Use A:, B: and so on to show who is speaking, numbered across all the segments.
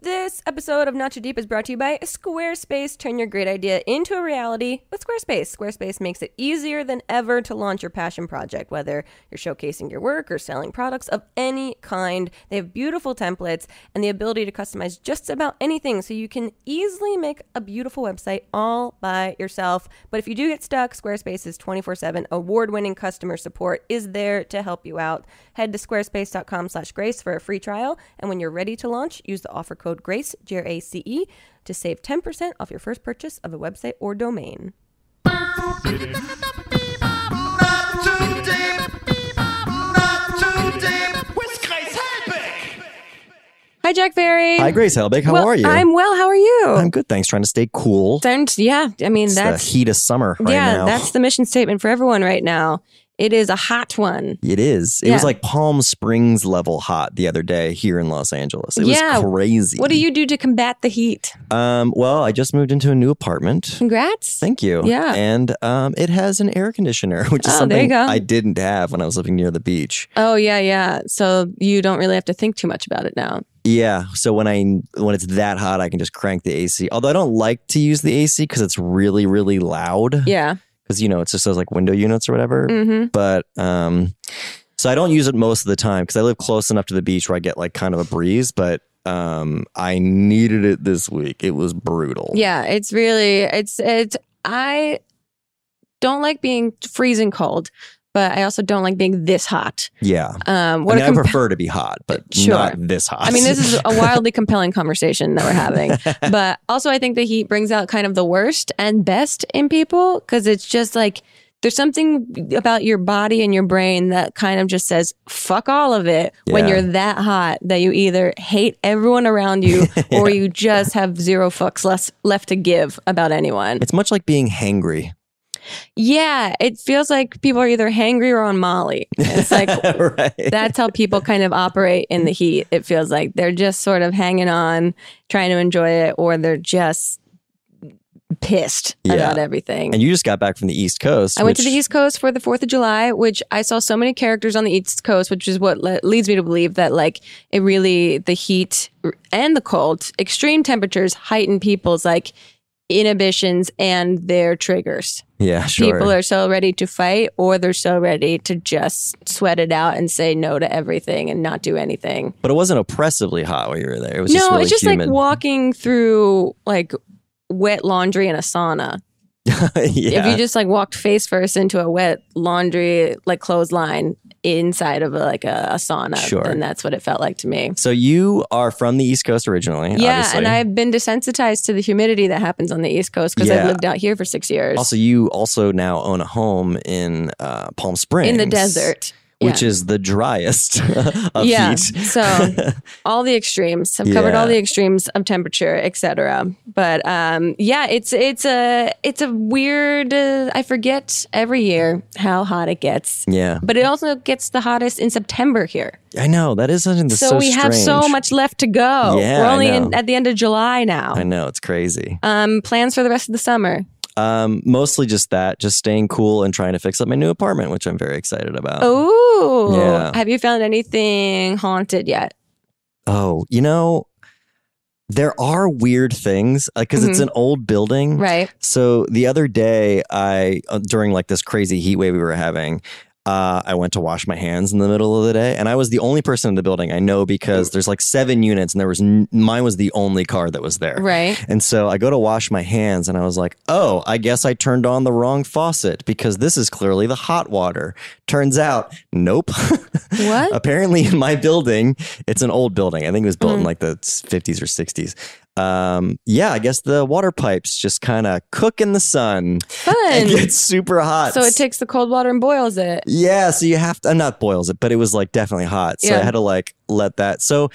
A: This episode of Not Too Deep is brought to you by Squarespace. Turn your great idea into a reality with Squarespace. Squarespace makes it easier than ever to launch your passion project, whether you're showcasing your work or selling products of any kind. They have beautiful templates and the ability to customize just about anything, so you can easily make a beautiful website all by yourself. But if you do get stuck, Squarespace's 24 7 award winning customer support is there to help you out. Head to squarespace.com slash grace for a free trial. And when you're ready to launch, use the offer code GRACE, G R A C E, to save 10% off your first purchase of a website or domain.
B: Not too deep. Not too deep. With Grace Helbig.
A: Hi, Jack Ferry.
C: Hi, Grace Helbig. How
A: Well,
C: are you?
A: I'm well. How are you?
C: I'm good. Thanks. Trying to stay cool.
A: Sounds- yeah, I mean,
C: it's
A: that's.
C: the heat of summer right
A: yeah,
C: now.
A: that's the mission statement for everyone right now. It is a hot one.
C: it is. It was
A: Yeah.
C: like Palm Springs level hot the other day here in Los Angeles. It
A: Yeah.
C: was crazy.
A: What do you do to combat the heat?
C: Um, well, I just moved into a new apartment.
A: Congrats.
C: Thank you.
A: Yeah.
C: And um, it has an air conditioner, which is
A: Oh, there you
C: something
A: go.
C: I didn't have when I was living near the beach.
A: Oh yeah, yeah. So you don't really have to think too much about it now.
C: Yeah. So when I when it's that hot, I can just crank the AC. Although I don't like to use the AC because it's really really loud.
A: Yeah.
C: Because you know it's just those like window units or whatever.
A: Mm-hmm.
C: but um so I don't use it most of the time because I live close enough to the beach where I get like kind of a breeze, but um I needed it this week. It was brutal.
A: Yeah. It's really it's it's I don't like being freezing cold, but I also don't like being this hot.
C: Yeah.
A: Um,
C: I,
A: what
C: mean,
A: a
C: I
A: comp-
C: prefer to be hot, but
A: Sure.
C: not this hot.
A: I mean, this is a wildly compelling conversation that we're having. But also, I think the heat brings out kind of the worst and best in people because it's just like there's something about your body and your brain that kind of just says, fuck all of it when
C: Yeah.
A: you're that hot that you either hate everyone around you or you just have zero fucks less left to give about anyone.
C: it's much like being hangry.
A: Yeah, it feels like people are either hangry or on Molly. It's like,
C: right.
A: that's how people kind of operate in the heat. It feels like they're just sort of hanging on, trying to enjoy it, or they're just pissed
C: Yeah.
A: about everything.
C: and you just got back from the East Coast.
A: I went to the
C: which-
A: East Coast for the 4th of July, which I saw so many characters on the East Coast, which is what le- leads me to believe that, like, it really, the heat r- and the cold, extreme temperatures heighten people's, like, inhibitions and their triggers.
C: Yeah, sure.
A: People are so ready to fight, or they're so ready to just sweat it out and say no to everything and not do anything.
C: but it wasn't oppressively hot while you were there. It was
A: no,
C: just really
A: it's just
C: humid.
A: like walking through like wet laundry in a sauna. If
C: yeah.
A: you just like walked face first into a wet laundry like clothesline inside of like a, a sauna,
C: Sure.
A: then that's what it felt like to me.
C: so you are from the East Coast originally.
A: Yeah,
C: obviously.
A: and I've been desensitized to the humidity that happens on the East Coast because I've
C: Yeah.
A: lived out here for six years
C: Also, you also now own a home in uh, Palm Springs
A: in the desert.
C: which
A: yeah.
C: is the driest of
A: yeah.
C: heat.
A: so all the extremes. I've covered all
C: Yeah.
A: the extremes of temperature, etc. But um, yeah, it's it's a it's a weird. Uh, I forget every year how hot it gets,
C: yeah,
A: but it also gets the hottest in September here.
C: I know that is something that's
A: So,
C: so,
A: we have so
C: strange.
A: much left to go.
C: Yeah,
A: We're
C: I
A: only in,
C: know.
A: at the end of July
C: I
A: now.
C: know it's crazy.
A: Um, plans for the rest of the summer.
C: Um, mostly just that, just staying cool and trying to fix up my new apartment, which I'm very excited about.
A: Oh,
C: Uh, Yeah.
A: have you found anything haunted yet?
C: Oh, you know, there are weird things because it's
A: Mhm.
C: an old building,
A: Right.
C: So the other day, I uh, during like this crazy heat wave we were having, uh, I went to wash my hands in the middle of the day, and I was the only person in the building I know because there's like seven units, and there was n- mine was the only car that was there.
A: Right.
C: And so I go to wash my hands, and I was like, "Oh, I guess I turned on the wrong faucet because this is clearly the hot water." Turns out, nope.
A: What?
C: Apparently, in my building, it's an old building. I think it was
A: Mm-hmm.
C: built in like the 50s or 60s. Um, yeah, I guess the water pipes just kind of cook in the sun and
A: Fun.
C: get super hot.
A: So it takes the cold water and boils it.
C: yeah, so you have to, uh, not boils it, but it was like definitely hot. So
A: Yeah.
C: I had to like let that. So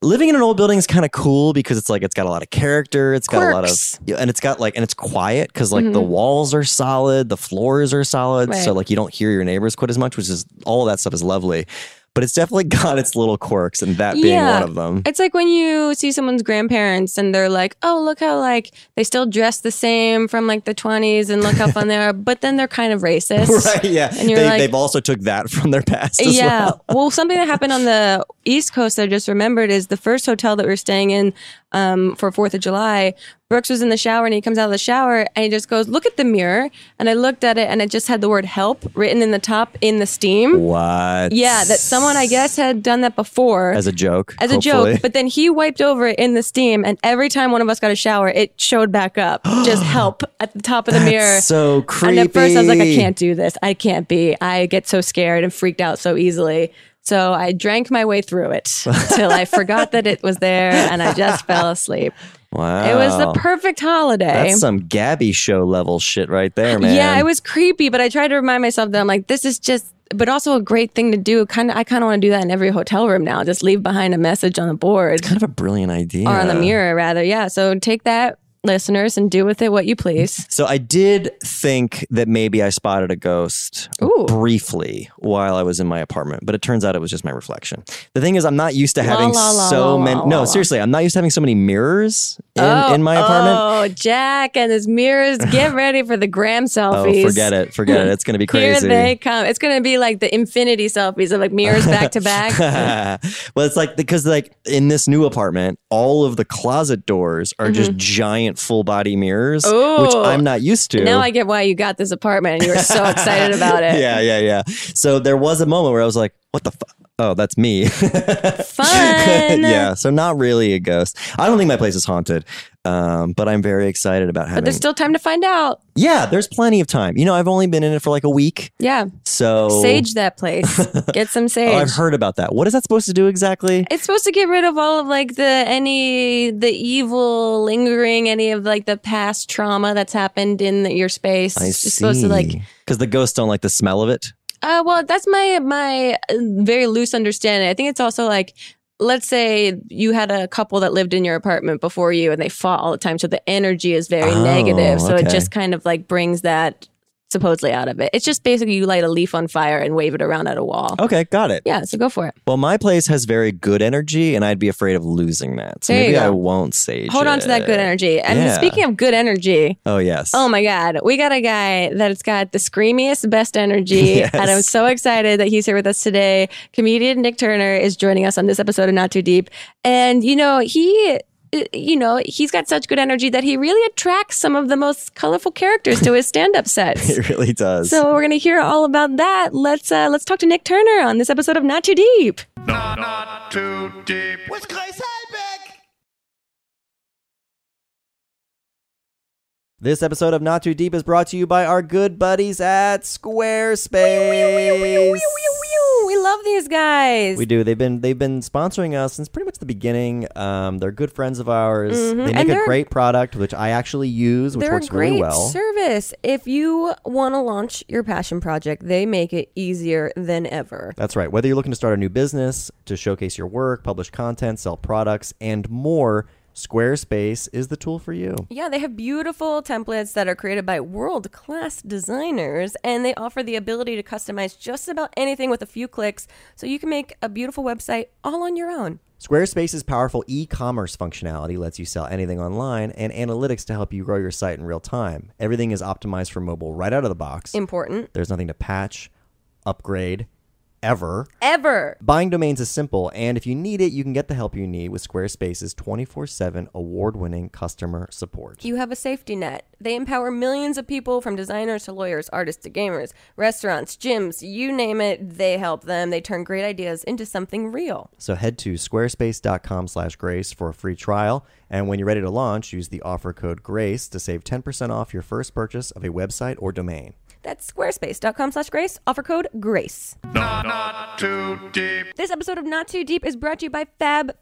C: living in an old building is kind of cool because it's like, it's got a lot of character. It's got a lot of,
A: Quirks. Mm-hmm.
C: yeah, and it's got like, and it's quiet because like the walls are solid, the floors are solid. So
A: Right.
C: like you don't hear your neighbors quit as much, which is all of that stuff is lovely. But it's definitely got its little quirks, and that being
A: Yeah.
C: one of them.
A: It's like when you see someone's grandparents and they're like, "Oh, look how like they still dress the same from like the 20s and look how fun they are," but then they're kind of racist.
C: right? Yeah.
A: And you're
C: they,
A: like-
C: they've also took that from their past as
A: yeah.
C: well.
A: Well. something that happened on the East Coast, I just remembered, is the first hotel that we were staying in um, for Fourth of July. Brooks was in the shower and he comes out of the shower and he just goes, "Look at the mirror." And I looked at it and it just had the word "help" written in the top in the steam.
C: What?
A: Yeah, that someone I guess had done that before
C: As a joke.
A: as a
C: hopefully.
A: joke. But then he wiped over it in the steam, and every time one of us got a shower, it showed back up. just help at the top of the mirror.
C: so creepy.
A: And at first, I was like, I can't do this. I can't be. I get so scared and freaked out so easily. So I drank my way through it till I forgot that it was there, and I just fell asleep.
C: Wow.
A: It was the perfect holiday.
C: Oh. That's some Gabby show level shit right there, man.
A: Yeah, it was creepy, but I tried to remind myself that I'm like, this is just, but also a great thing to do. Kind of, I kind of want to do that in every hotel room now. Just leave behind a message on a board
C: kind of a brilliant idea.
A: or on the mirror, rather. Yeah. So take that, listeners, and do with it what you please.
C: So I did think that maybe I spotted a ghost
A: Ooh.
C: briefly while I was in my apartment, but it turns out it was just my reflection. The thing is, I'm not used to having
A: la, la,
C: so
A: la,
C: many.
A: la,
C: no,
A: la.
C: seriously, I'm not used to having so many mirrors in, in my apartment.
A: Oh, Jack and his mirrors, get ready for the gram selfies.
C: Oh, forget it, forget it. It's gonna be
A: Here
C: crazy.
A: they come. It's going to be like the infinity selfies of like mirrors back to back.
C: well, it's like because like in this new apartment, all of the closet doors are just giant full body mirrors, which
A: Mm-hmm. Ooh.
C: I'm not used to.
A: Now I get why you got this apartment and you were so excited about it.
C: yeah, yeah, yeah. So there was a moment where I was like, "What the fuck? Oh, that's me."
A: Fun.
C: yeah. So not really a ghost. I don't think my place is haunted, um, but I'm very excited about having.
A: But there's still time to find out.
C: yeah, there's plenty of time. You know, I've only been in it for like a week,
A: Yeah.
C: so
A: Sage that place. Get some
C: Oh,
A: sage.
C: I've heard about that. What is that supposed to do exactly?
A: It's supposed to get rid of all of like the any the evil lingering, any of like the past trauma that's happened in your space.
C: I
A: it's just supposed to like
C: because the ghosts don't like the smell of it.
A: uh well, that's my my uh, very loose understanding. I think it's also like let's say you had a couple that lived in your apartment before you and they fought all the time so the energy is very
C: Oh,
A: negative. So
C: okay.
A: it just kind of like brings that supposedly out of it. It's just basically you light a leaf on fire and wave it around at a wall.
C: Okay, got it.
A: Yeah, so go for it.
C: Well, my place has very good energy, and I'd be afraid of losing that. So
A: There you
C: maybe
A: go.
C: I won't sage.
A: Hold on to that good
C: it.
A: energy. And
C: Yeah.
A: speaking of good energy,
C: Oh yes.
A: Oh my God. We got a guy that's got the screamiest, best energy.
C: Yes.
A: And I'm so excited that he's here with us today. Comedian Nick Turner is joining us on this episode of Not Too Deep. And, you know, he. uh, You know, he's got such good energy that he really attracts some of the most colorful characters to his stand-up sets.
C: It really does.
A: so we're gonna hear all about that. Let's uh, let's talk to Nick Turner on this episode of Not Too Deep.
B: Not, not too deep. With Chris Heidbeck!
D: This episode of Not Too Deep is brought to you by our good buddies at Squarespace.
A: We love these guys.
D: We do. They've been they've been sponsoring us since pretty much the beginning. Um, they're good friends of ours. They
A: Mm-hmm. And
D: make
A: they're-
D: a great product, which I actually use, which
A: They're
D: works
A: a great
D: really well.
A: service. If you want to launch your passion project, they make it easier than ever.
D: That's right. Whether you're looking to start a new business, to showcase your work, publish content, sell products, and more, Squarespace is the tool for you.
A: Yeah, they have beautiful templates that are created by world class designers, and they offer the ability to customize just about anything with a few clicks so you can make a beautiful website all on your own.
D: Squarespace's powerful e commerce functionality lets you sell anything online and analytics to help you grow your site in real time. Everything is optimized for mobile right out of the box.
A: Important.
D: There's nothing to patch, upgrade, ever.
A: Ever.
D: Buying domains is simple, and if you need it, you can get the help you need with Squarespace's 24 7 award winning customer support.
A: You have a safety net. They empower millions of people from designers to lawyers, artists to gamers, restaurants, gyms, you name it, they help them. They turn great ideas into something real.
D: So head to squarespace.com slash grace for a free trial. And when you're ready to launch, use the offer code GRACE to save 10% off your first purchase of a website or domain.
A: That's squarespace.com slash grace. Offer code GRACE.
B: Not, not too deep.
A: This episode of Not Too Deep is brought to you by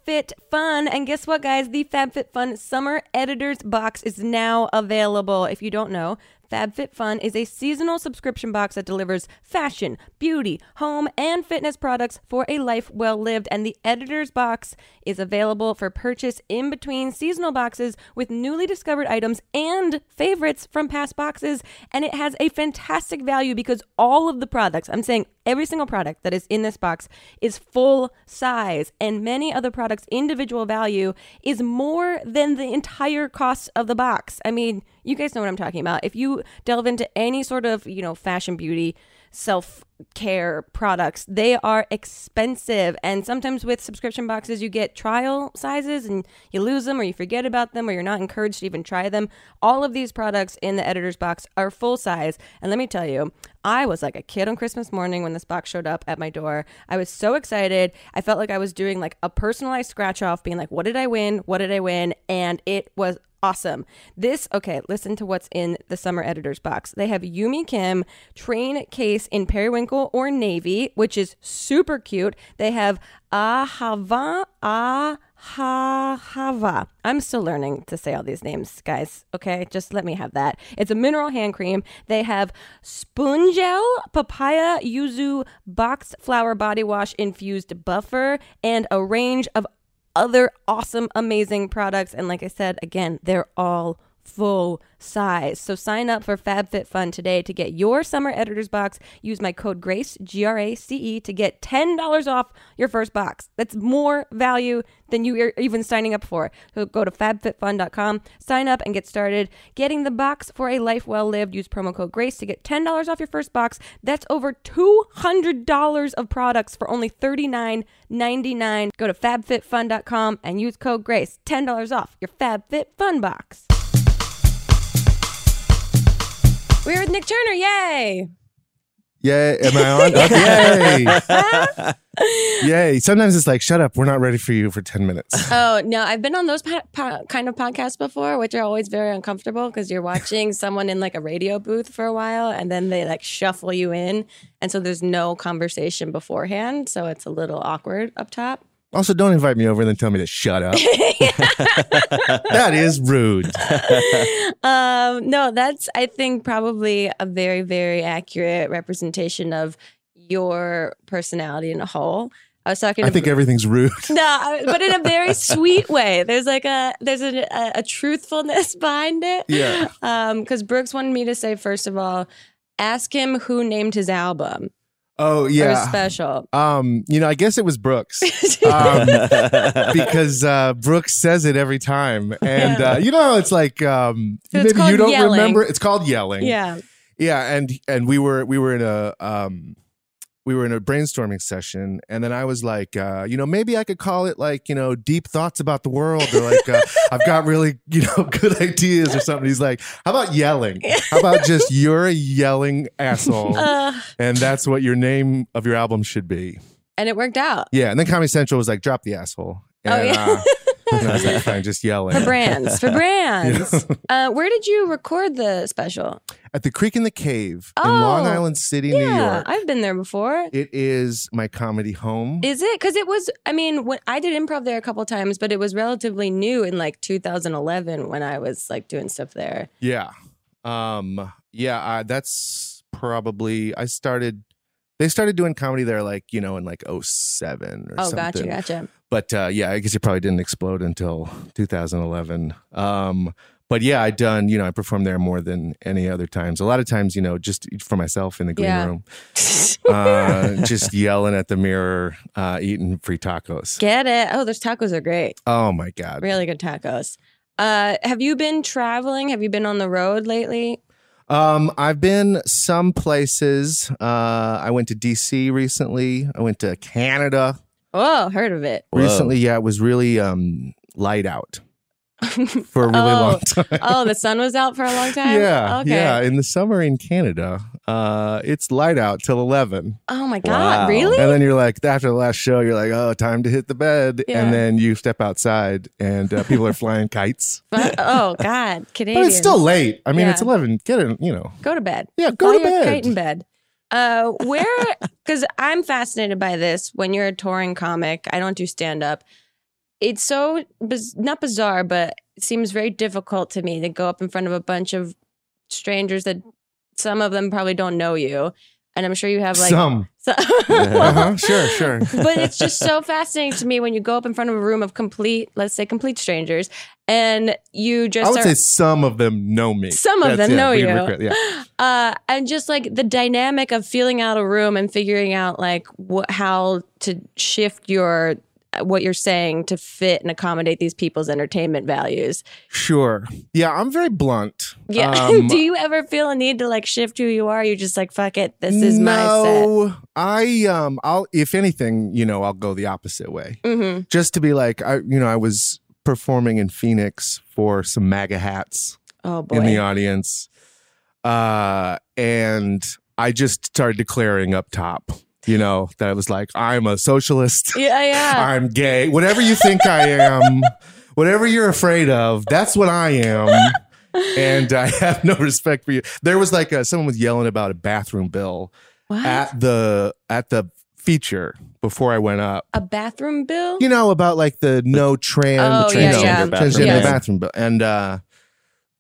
A: FabFitFun. And guess what, guys? The FabFitFun Summer Editor's Box is now available. If you don't know, FabFitFun is a seasonal subscription box that delivers fashion, beauty, home, and fitness products for a life well lived. And the Editor's Box is available for purchase in between seasonal boxes with newly discovered items and favorites from past boxes. And it has a fantastic value because all of the products, I'm saying every single product that is in this box, is full size. And many other products' individual value is more than the entire cost of the box. I mean, you guys know what I'm talking about. If you delve into any sort of, you know, fashion beauty, self care products. They are expensive. And sometimes with subscription boxes, you get trial sizes and you lose them or you forget about them or you're not encouraged to even try them. All of these products in the editor's box are full size. And let me tell you, I was like a kid on Christmas morning when this box showed up at my door. I was so excited. I felt like I was doing like a personalized scratch off, being like, what did I win? What did I win? And it was awesome. This, okay, listen to what's in the summer editor's box. They have Yumi Kim train case in periwinkle or navy, which is super cute. They have Ahava, Ah Ahava. I'm still learning to say all these names, guys. Okay, just let me have that. It's a mineral hand cream. They have Spoon Gel, Papaya Yuzu Boxed Flower Body Wash Infused Buffer, and a range of other awesome, amazing products. And like I said, again, they're all full size. So sign up for FabFitFun today to get your summer editor's box. Use my code GRACE, G R A C E, to get $10 off your first box. That's more value than you are even signing up for. So go to fabfitfun.com, sign up, and get started getting the box for a life well lived. Use promo code GRACE to get $10 off your first box. That's over $200 of products for only $39.99. Go to fabfitfun.com and use code GRACE. $10 off your FabFitFun box. We're with Nick Turner. Yay!
E: Yay. Am I on? Okay. Yay. Yay. Sometimes it's like, shut up. We're not ready for you for 10 minutes.
A: Oh no, I've been on those po- po- kind of podcasts before, which are always very uncomfortable because you're watching someone in like a radio booth for a while, and then they like shuffle you in, and so there's no conversation beforehand, so it's a little awkward up top.
E: Also, don't invite me over and then tell me to shut up. that is rude.
A: um, no, that's I think probably a very very accurate representation of your personality in a whole. I was talking.
E: I
A: to-
E: think everything's rude.
A: No, I- but in a very sweet way. There's like a there's a, a, a truthfulness behind it.
E: Yeah.
A: Um, because Brooks wanted me to say first of all, ask him who named his album
E: Oh,
A: or
E: yeah.
A: his special.
E: Um, you know, I guess it was Brooks. Um, because uh, Brooks says it every time, and
A: Yeah.
E: uh, you know it's like um,
A: So it's
E: maybe
A: called
E: you don't
A: yelling.
E: remember. It's called yelling.
A: yeah.
E: yeah, and and we were we were in a um, we were in a brainstorming session, and then I was like, uh, you know, maybe I could call it like you know deep thoughts about the world, or like uh, I've got really you know good ideas or something. He's like, how about yelling? How about just you're a yelling asshole,
A: Uh,
E: and that's what your name of your album should be.
A: and it worked out.
E: Yeah, and then Comedy Central was like, drop the asshole.
A: Oh,
E: And,
A: yeah.
E: uh, and I was like, fine, just
A: For
E: yelling.
A: brands, for brands. Uh, where did you record the special?
E: At the Creek in the Cave
A: Oh,
E: in Long Island City, New
A: yeah,
E: York.
A: I've been there before.
E: It is my comedy home.
A: Is it? Because it was. I mean, when I did improv there a couple times, but it was relatively new in like 2011 when I was like doing stuff there.
E: yeah. Um, yeah, uh, that's probably I started they started doing comedy there like, you know, in like 07 or
A: Oh,
E: something.
A: gotcha, gotcha.
E: But uh, yeah, I guess it probably didn't explode until 2011. Um, but yeah, I done, you know, I performed there more than any other times. A lot of times, you know, just for myself in the green
A: Yeah.
E: room. uh, just yelling at the mirror, uh, eating free tacos.
A: Get it? Oh, those tacos are great.
E: Oh my god!
A: Really good tacos. Uh, have you been traveling? Have you been on the road lately?
E: Um, I've been some places. Uh, I went to DC recently. I went to Canada
A: Oh, heard of it.
C: Whoa.
E: recently. Yeah, it was really um light out for a really
A: Oh.
E: long time.
A: oh, the sun was out for a long time.
E: Yeah,
A: Okay.
E: yeah. In the summer in Canada, uh, it's light out till eleven,
A: Oh my god,
C: Wow.
A: really?
E: and then you're like, after the last show, you're like, oh, time to hit the bed,
A: Yeah.
E: and then you step outside, and uh, people are flying kites.
A: But- oh god, Canadian.
E: But it's still late. I mean,
A: Yeah.
E: it's 11. Get in, you know.
A: go to bed.
E: Yeah, go
A: While
E: to
A: you're Kite in
E: bed.
A: bed. Uh, where? Because I'm fascinated by this. When you're a touring comic, I don't do stand up. It's so biz- not bizarre, but it seems very difficult to me to go up in front of a bunch of strangers that some of them probably don't know you, and I'm sure you have like
E: Some.
A: so-
E: Uh-huh. Sure, sure.
A: but it's just so fascinating to me when you go up in front of a room of complete, let's say, complete strangers, and you just
E: I would
A: are,
E: say some of them know me.
A: Some of them
E: it.
A: know
E: We
A: you.
E: regret- yeah.
A: uh, and just like the dynamic of feeling out a room and figuring out like what how to shift your uh, what you're saying to fit and accommodate these people's entertainment values.
E: Sure. Yeah, I'm very blunt.
A: Yeah.
E: Um,
A: Do you ever feel a need to like shift who you are? You just like fuck it. This is my
E: no, I um, I'll if anything, you know, I'll go the opposite way.
A: set. Mm-hmm.
E: Just to be like, I you know, I was performing in Phoenix for some MAGA hats
A: Oh boy.
E: in the audience, uh, and I just started declaring up top, you know, that I was like, I'm a socialist.
A: yeah, yeah.
E: I'm gay. Whatever you think I am, whatever you're afraid of, that's what I am. And I have no respect for you. There was like a, someone was yelling about a bathroom bill
A: What?
E: at the at the feature before I went up.
A: a bathroom bill?
E: You know about like the no
A: Oh,
E: trans, you
A: yeah,
E: know,
A: yeah.
E: transgender
A: Yes.
E: bathroom bill, and uh,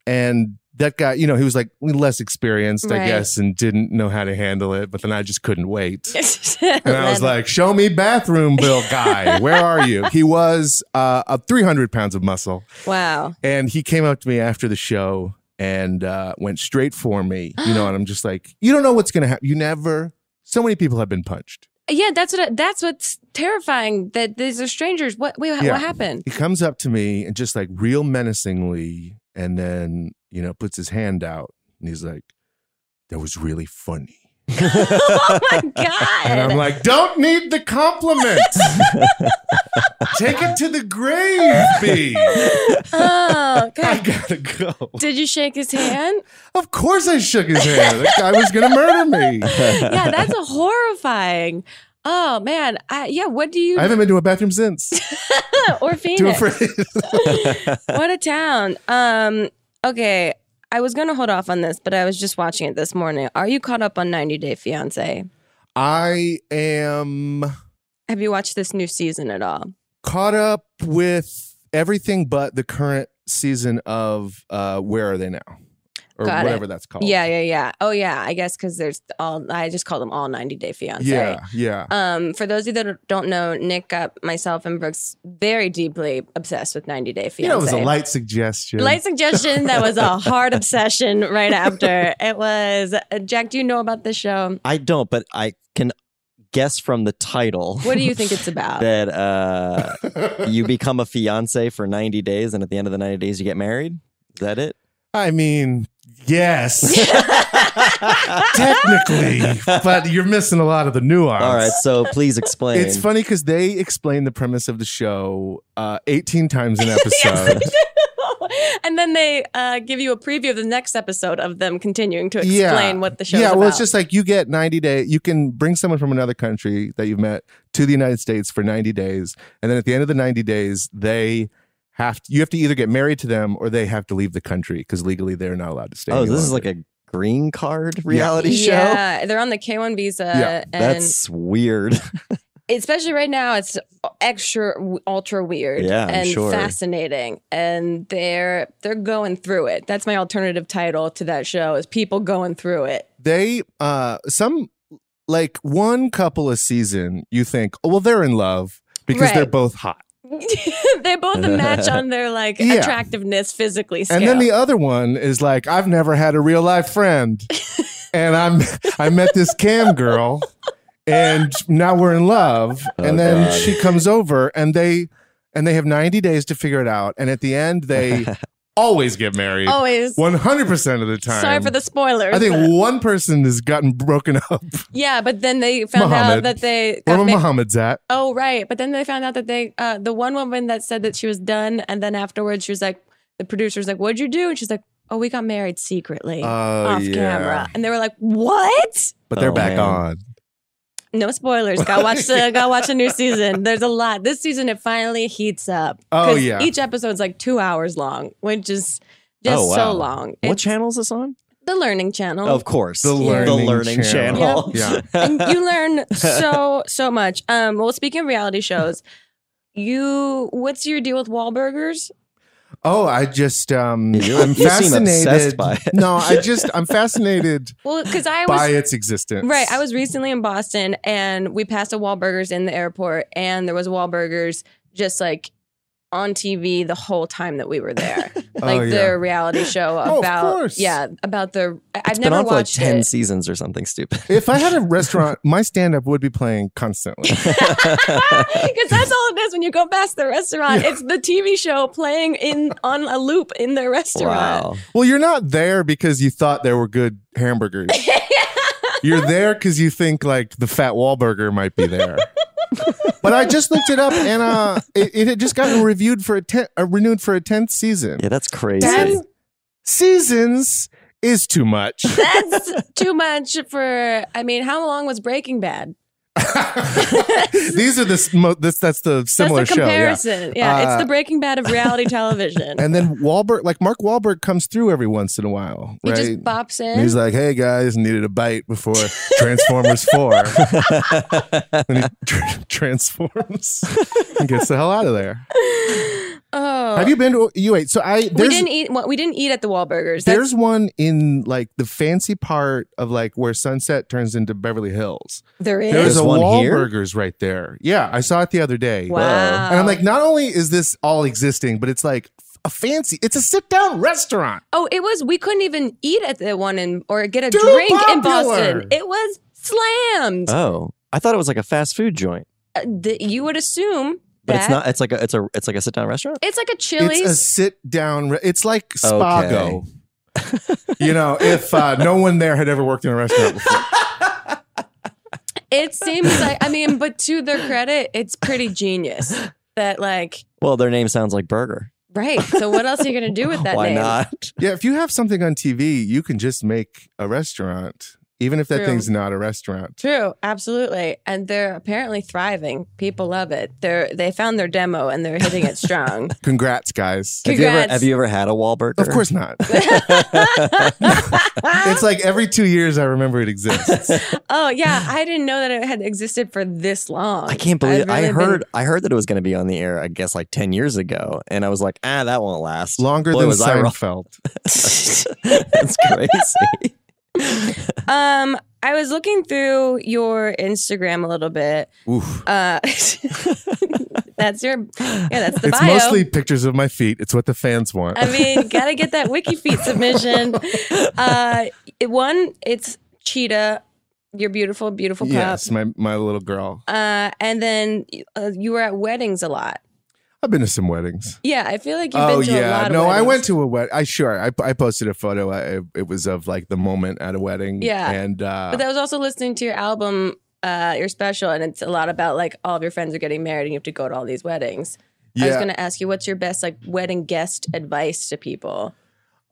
E: and that guy, you know, he was like less experienced, I
A: Right.
E: guess, and didn't know how to handle it. But then I just couldn't wait. And I was
A: Then-
E: like, "Show me bathroom bill, guy. Where are you?" He was uh, up 300 pounds of muscle,
A: wow.
E: and he came up to me after the show and uh, went straight for me. You know, and I'm just like, "You don't know what's gonna happen. You never. So many people have been punched."
A: Yeah, that's what I, that's what's terrifying. That these are strangers. What wait,
E: Yeah.
A: what happened?
E: He comes up to me and just like real menacingly, and then you know puts his hand out, and he's like, "That was really funny."
A: oh my
E: And I'm
A: god!
E: like, don't need the compliment. Take it to the grave, B.
A: oh
E: I
A: god!
E: gotta go.
A: Did you shake his hand?
E: Of course I shook his hand. That guy was gonna murder me.
A: yeah, that's a horrifying. Oh man, I, yeah. What do you
E: I haven't been to a bathroom since.
A: or
E: Too
A: Phoenix?
E: afraid.
A: what a town. Um. Okay, I was gonna hold off on this, but I was just watching it this morning. Are you caught up on 90 Day Fiance?
E: I am
A: Have you watched this new season at all?
E: caught up with everything but the current season of uh Where Are They Now? Or
A: Got it.
E: whatever that's called.
A: Yeah, yeah, yeah. Oh yeah, I guess because there's all. I just call them all 90 Day Fiance.
E: Yeah, yeah.
A: Um, for those of you that don't know, Nick, uh, myself, and Brooks very deeply obsessed with 90 Day Fiance.
E: You know, it was a light suggestion.
A: Light suggestion that was a hard obsession right after. It was uh, Jack, do you know about this show?
C: I don't, but I can guess from the title
A: What do you think it's about?
C: that uh, you become a fiance for 90 days, and at the end of the 90 days, you get married. Is that it?
E: I mean, yes, technically, but you're missing a lot of the nuance.
C: All right, so please explain.
E: It's funny because they explain the premise of the show uh, 18 times an episode.
A: and then they uh, give you a preview of the next episode of them continuing to explain what the show
E: Yeah,
A: about.
E: well, it's just like you get 90 day. You can bring someone from another country that you've met to the United States for 90 days, and then at the end of the 90 days, they have to, you have to either get married to them or they have to leave the country because legally they're not allowed to stay.
C: Oh,
E: any
C: this is like
E: longer.
C: a green card reality show.
A: Yeah, they're on the K1 visa.
E: Yeah,
A: and
C: That's weird.
A: especially right now it's extra w- ultra weird
C: Yeah, I'm
A: and
C: sure.
A: fascinating and they're they're going through it that's my alternative title to that show is people going through it
E: they uh some like one couple a season. You think, oh well, they're in love because
A: Right.
E: they're both hot.
A: they both match on their like
E: Yeah.
A: attractiveness physically scale.
E: And then the other one is like, I've never had a real life friend, and I'm I met this cam girl, and now we're in love. and then
C: Oh, God.
E: she comes over, and they and they have 90 days to figure it out. And at the end, they always get married,
A: always
E: 100 percent of the time.
A: Oh. sorry for the spoilers
E: I think
A: but-
E: one person has gotten broken up.
A: yeah but then they found out
E: Muhammad.
A: that they
E: Where
A: got ma-
E: Muhammad's at?
A: oh right but then they found out that they uh, the one woman that said that she was done and then afterwards she was like the producer was like what'd you do and she's like oh we got married secretly
C: Oh,
E: Oh,
A: off camera. And they were like, "What?"
E: but they're
C: Oh,
E: back
C: man.
E: on.
A: No spoilers. Got watch the got watch the new season. There's a lot this season. It finally heats up.
E: Oh,
A: 'Cause
E: yeah.
A: Each episode's like two hours long, which is just
C: Oh,
A: so
C: wow.
A: long.
C: What
A: It's
C: channel is this on?
A: The Learning Channel.
D: Oh,
C: Of course,
E: The Learning Channel.
C: channel.
E: Yeah.
A: and you learn so so much. Um, well, speaking of reality shows, you what's your deal with Wahlburgers?
E: Oh, I just um,
C: Yeah, you-
E: I'm
C: you seem
E: fascinated.
C: obsessed by it.
E: No, I just I'm fascinated
A: Well, because I was
E: by its existence.
A: Right. I was recently in Boston and we passed a Wahlburgers in the airport and there was a Wahlburgers just like on TV the whole time that we were there. like
E: Oh, yeah.
A: the reality show
E: Oh, of
A: about
E: course.
A: yeah, about the I- I've
C: It's been
A: never
C: on for like
A: watched
C: 10
A: it.
C: seasons or something stupid.
E: If I had a restaurant, my stand up would be playing constantly.
A: Because that's all it is when you go past the restaurant. It's the TV show playing in on a loop in the restaurant.
C: Wow.
E: Well, you're not there because you thought there were good hamburgers. you're there because you think like the fat Wahlburger might be there. but I just looked it up and uh, it, it had just gotten reviewed for a ten, uh, renewed for a tenth season.
C: Yeah, that's crazy.
A: That's
E: Seasons is too much.
A: that's too much for I mean, how long was Breaking Bad?
E: These are the s- mo- this that's the similar
A: that's the
E: show. Yeah.
A: comparison. Yeah, it's
E: Uh,
A: the Breaking Bad of reality television.
E: And then Wahlberg, like Mark Wahlberg, comes through every once in a while,
A: He
E: right?
A: just bops in.
E: And he's like, "Hey guys, needed a bite before Transformers Four. and he tr- transforms and gets the hell out of there.
A: oh,
E: Have you been to you wait? So I
A: we
E: there's
A: didn't eat. well, We didn't eat at the Wahlburgers. That's
E: there's one in like the fancy part of like where Sunset turns into Beverly Hills.
A: there is.
E: There's
C: There's
E: a
C: one here?
E: Wahlburgers right there. Yeah, I saw it the other day.
A: wow.
E: And I'm like, not only is this all existing, but it's like a fancy. It's a sit down restaurant.
A: Oh, it was. We couldn't even eat at the one in or get a
E: Too
A: drink in
E: popular. Uh.
A: Boston. It was slammed.
C: Oh, I thought it was like a fast food joint,
A: Uh, the- you would assume,
C: but it's
A: that-
C: not. It's like a it's a it's like a sit down restaurant.
A: It's like a
E: It's a
A: Chili's.
E: sit down. Re- it's like Spago. you know, if uh, no one there had ever worked in a restaurant before.
A: it seems like. I mean, but to their credit, it's pretty genius that like.
C: Well, their name sounds like burger.
A: Right. So what else are you gonna do with that
C: Why
A: name?
C: not?
E: Yeah, if you have something on TV, you can just make a restaurant, even if that
A: True.
E: thing's not a restaurant.
A: True, absolutely. And they're apparently thriving. People love it. They're they found their demo and they're hitting it strong.
E: Congrats, guys.
C: Have you ever
A: Congrats.
C: have you ever had a Wahlburger?
E: Of course not. it's like every two years I remember it exists.
A: oh yeah, I didn't know that it had existed for this long.
C: I can't believe
A: I've
C: I
A: really been-
C: heard I heard that it was going to be on the air. I guess like ten years ago, and I was like, ah, that won't last.
E: Longer
C: Boy,
E: than
C: was I wrong.
E: Seinfeld.
C: That's crazy.
A: Um, I was looking through your Instagram a little bit.
E: Oof.
A: Uh, that's your yeah, that's the
E: It's
A: bio.
E: mostly pictures of my feet. It's what the fans want.
A: I mean, gotta get that wiki feet submission. Uh, it- one, it's Cheetah, your beautiful, beautiful pup.
E: yes, my, my little girl.
A: Uh, and then uh, you were at weddings a lot.
E: I've been to some weddings.
A: Yeah, I feel like you've
E: Oh
A: been to a
E: yeah,
A: lot of
E: no,
A: weddings.
E: I went to a wedding. I sure I, I posted a photo. I, it was of like the moment at a wedding.
A: Yeah.
E: and uh,
A: But I was also listening to your album, uh, your special, and it's a lot about like all of your friends are getting married and you have to go to all these weddings. I was
E: yeah.
A: going to ask you, what's your best like wedding guest advice to people?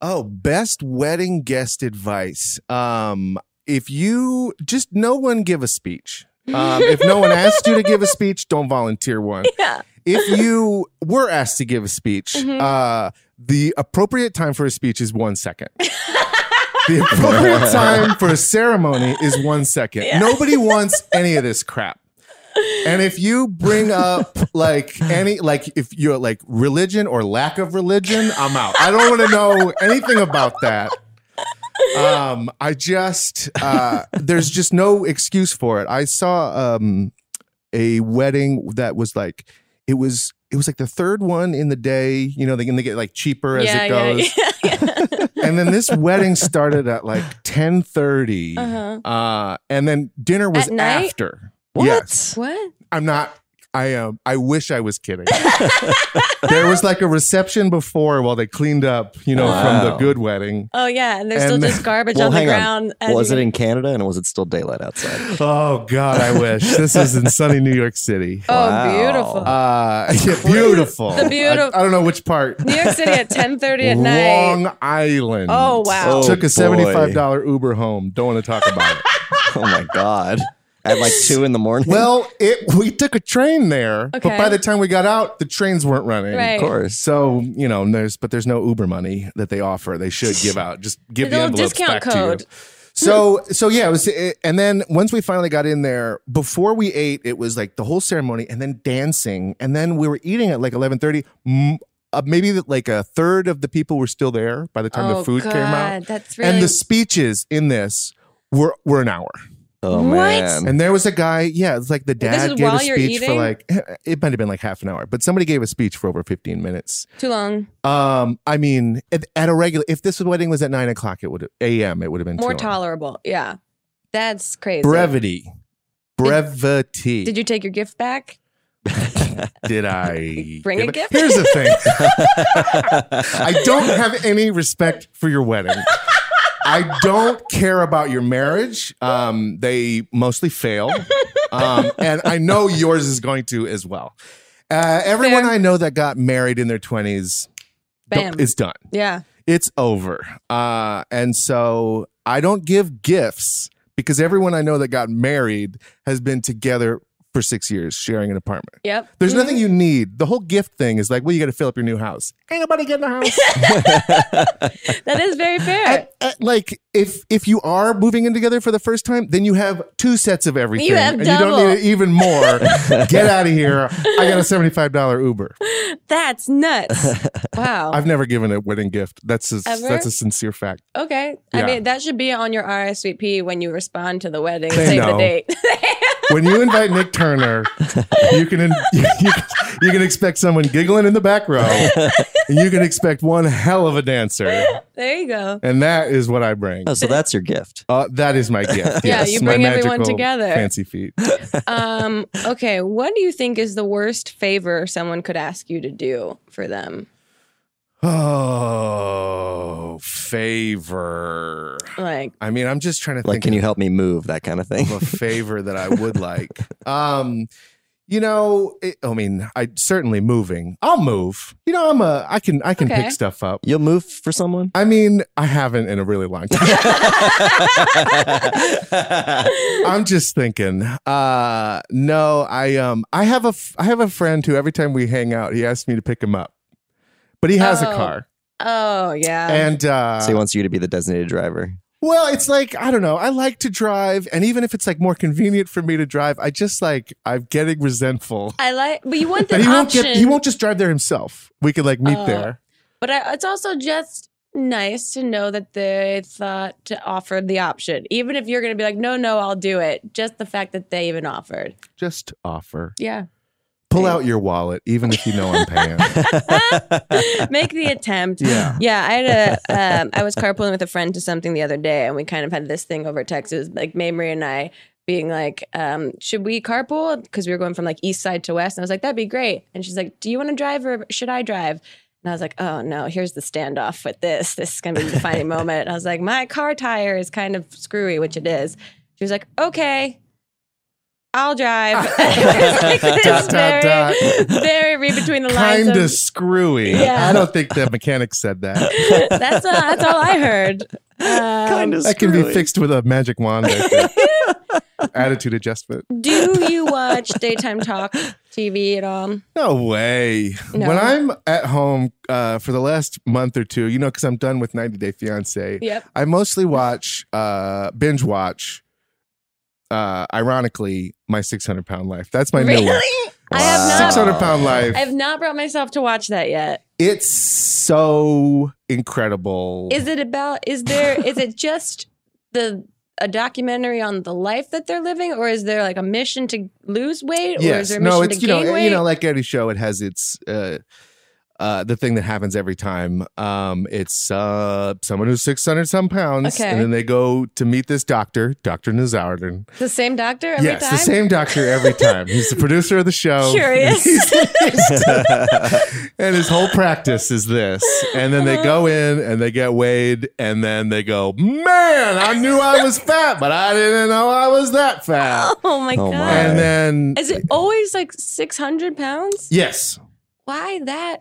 E: Oh, best wedding guest advice. Um, if you just no one give a speech. Um, if no one asked you to give a speech, don't volunteer one.
A: Yeah.
E: If you were asked to give a speech,
A: Mhm.
E: uh, the appropriate time for a speech is one second. the appropriate time for a ceremony is one second. Nobody wants any of this crap. And if you bring up like any like if you're like religion or lack of religion, I'm out. I don't want to know anything about that. Um, I just uh, there's just no excuse for it. I saw um a wedding that was like it was it was like the third one in the day. You know, they can they get like cheaper as
A: yeah,
E: it goes
A: yeah, yeah,
E: and then this wedding started at like ten thirty,
A: Uh-huh.
E: uh, and then dinner was
A: At night?
E: after.
C: What?
E: Yes,
A: What?
E: I'm not. I am. I wish I was kidding. there was like a reception before while they cleaned up, you know, from the
C: Wow.
E: good wedding.
A: Oh yeah, and there's still
E: And-
A: just garbage
C: well,
A: on the
C: hang on.
A: ground. and
C: was
A: you-
C: it in Canada and was it still daylight outside?
E: Oh God, I wish this was in sunny New York City.
A: Oh,
C: Wow.
A: beautiful.
E: Uh, yeah, beautiful.
A: The beautiful-
E: I, I don't know which part.
A: New York City at 10:30 at night.
E: Long Island.
A: Oh wow.
C: Oh,
E: Took
C: boy.
E: a seventy-five dollar Uber home. Don't want to talk about it.
C: oh my god! At like two in the morning.
E: Well, it we took a train there,
A: Okay.
E: but by the time we got out, the trains weren't running.
A: Right.
C: of course.
E: So you know, there's but there's no Uber money that they offer. They should give out. Just give
A: The
E: the
A: little
E: envelopes
A: discount
E: back
A: code.
E: to you. So so yeah, it was. It, and then once we finally got in there, before we ate, it was like the whole ceremony, and then dancing, and then we were eating at like eleven thirty. Uh, maybe that like a third of the people were still there by the time
A: oh
E: the food
A: God,
E: came out,
A: That's really
E: and the speeches in this were were an hour.
C: Oh
A: What?
C: man.
E: And there was a guy, yeah, it's like the
A: this is
E: dad gave
A: while
E: a
A: you're
E: speech for
A: eating?
E: like it might have been like half an hour, but somebody gave a speech for over fifteen minutes.
A: Too long.
E: Um, I mean, at, at a regular, if this wedding was at nine o'clock, it would a.m. It would have been
A: More
E: two hours.
A: tolerable. Yeah. That's crazy.
E: Brevity, brevity.
A: Did you take your gift back?
E: Did I
A: Bring a
E: give it-
A: gift?
E: Here's the thing. I don't have any respect for your wedding. I don't care about your marriage. Um, they mostly fail. Um, and I know yours is going to as well. Uh, everyone
A: Fair.
E: I know that got married in their 20s
A: Bam.
E: it's done.
A: yeah.
E: It's over. Uh, and so I don't give gifts because everyone I know that got married has been together for six years, sharing an apartment.
A: Yep.
E: There's nothing you need. The whole gift thing is like, well, you got to fill up your new house. Ain't nobody getting a house.
A: That is very fair.
E: And- and, like, if if you are moving in together for the first time, then you have two sets of everything,
A: have
E: and you don't
A: double.
E: need it even more. Get out of here! I got a seventy-five dollar Uber.
A: That's nuts. Wow.
E: I've never given a wedding gift. That's a,
A: Ever?
E: that's a sincere fact.
A: okay. I
E: Yeah.
A: mean, that should be on your RSVP when you respond to the wedding.
E: They
A: Save the
E: know.
A: date.
E: When you invite Nick Turner, you can you, can- you can expect someone giggling in the back row, and you can expect one hell of a dancer,
A: there you go.
E: and that is what I bring.
C: Oh, so that's your gift.
E: Uh, that is my gift.
A: Yeah,
E: yes,
A: you
E: my
A: bring everyone
E: magical
A: together.
E: Fancy feet.
A: Um, okay. What do you think is the worst favor someone could ask you to do for them?
E: Oh, favor.
A: Like,
E: I mean, I'm just trying to
C: Like,
E: think
C: can you help me move? That kind of thing.
E: of a favor that I would like. Um, you know, it, I mean, I certainly moving. I'll move. You know, I'm a. I can. I can
A: Okay.
E: pick stuff up.
C: You'll move for someone.
E: I mean, I haven't in a really long time.
A: oh,
E: I'm just thinking. Uh, no, I um, I have a, f- I have a friend who every time we hang out, he asks me to pick him up, but he has
A: Oh.
E: a car,
A: oh yeah.
E: and uh,
C: so he wants you to be the designated driver.
E: Well, it's like, I don't know. I like to drive. And even if it's like more convenient for me to drive, I just like, I'm getting resentful.
A: I like, but you want the
E: That he won't
A: option.
E: get, he won't just drive there himself. We could like meet
A: Oh.
E: there.
A: But I, it's also just nice to know that they thought to offer the option, even if you're going to be like, no, no, I'll do it. Just the fact that they even offered.
E: Just offer.
A: Yeah.
E: Pull out your wallet, even if you know I'm paying.
A: Make the attempt.
E: Yeah.
A: Yeah. I had a, um, I was carpooling with a friend to something the other day, and we kind of had this thing over Texas, like Mamrie and I being like, um, should we carpool? Because we were going from like east side to west. And I was like, that'd be great. And she's like, do you want to drive or should I drive? And I was like, oh no, here's the standoff with this. This is going to be the defining moment. And I was like, my car tire is kind of screwy, which it is. She was like, okay, I'll drive. It's like this
E: Dot, dot, dot.
A: very, very read between the lines.
E: kind
A: of-
E: of screwy.
A: Yeah.
E: I don't think the mechanic said that.
A: that's, uh, that's all I heard. Um,
E: That can be fixed with a magic wand. I think. Attitude adjustment.
A: Um, Do you watch daytime talk TV at all?
E: No way.
A: No.
E: When I'm at home uh, for the last month or two, you know, because I'm done with 90 Day Fiance,
A: Yep.
E: I mostly watch, uh, binge watch, uh, ironically, My 600 Pound Life. That's my new one.
A: I have not.
E: 600 Pound Life.
A: I have not brought myself to watch that yet.
E: it's so incredible.
A: Is it about? Is there? Is it just the a documentary on the life that they're living, or is there like a mission to lose weight, or is
E: yes.
A: there a mission
E: No, it's,
A: to
E: you
A: gain
E: know,
A: weight?
E: you know, like any show, it has its, uh, uh, the thing that happens every time. Um, it's uh, someone who's 600 some pounds,
A: Okay.
E: and then they go to meet this doctor, Dr. Nazardin.
A: the same doctor every
E: yes,
A: time.
E: the same doctor every time. He's the producer of the show.
A: Curious.
E: and his whole practice is this. And then they go in and they get weighed, and then they go, Man, I knew I was fat, but I didn't know I was that fat.
A: oh my
C: Oh
A: god!
C: my.
E: And then,
A: Is it always like six hundred pounds?
E: yes,
A: Why that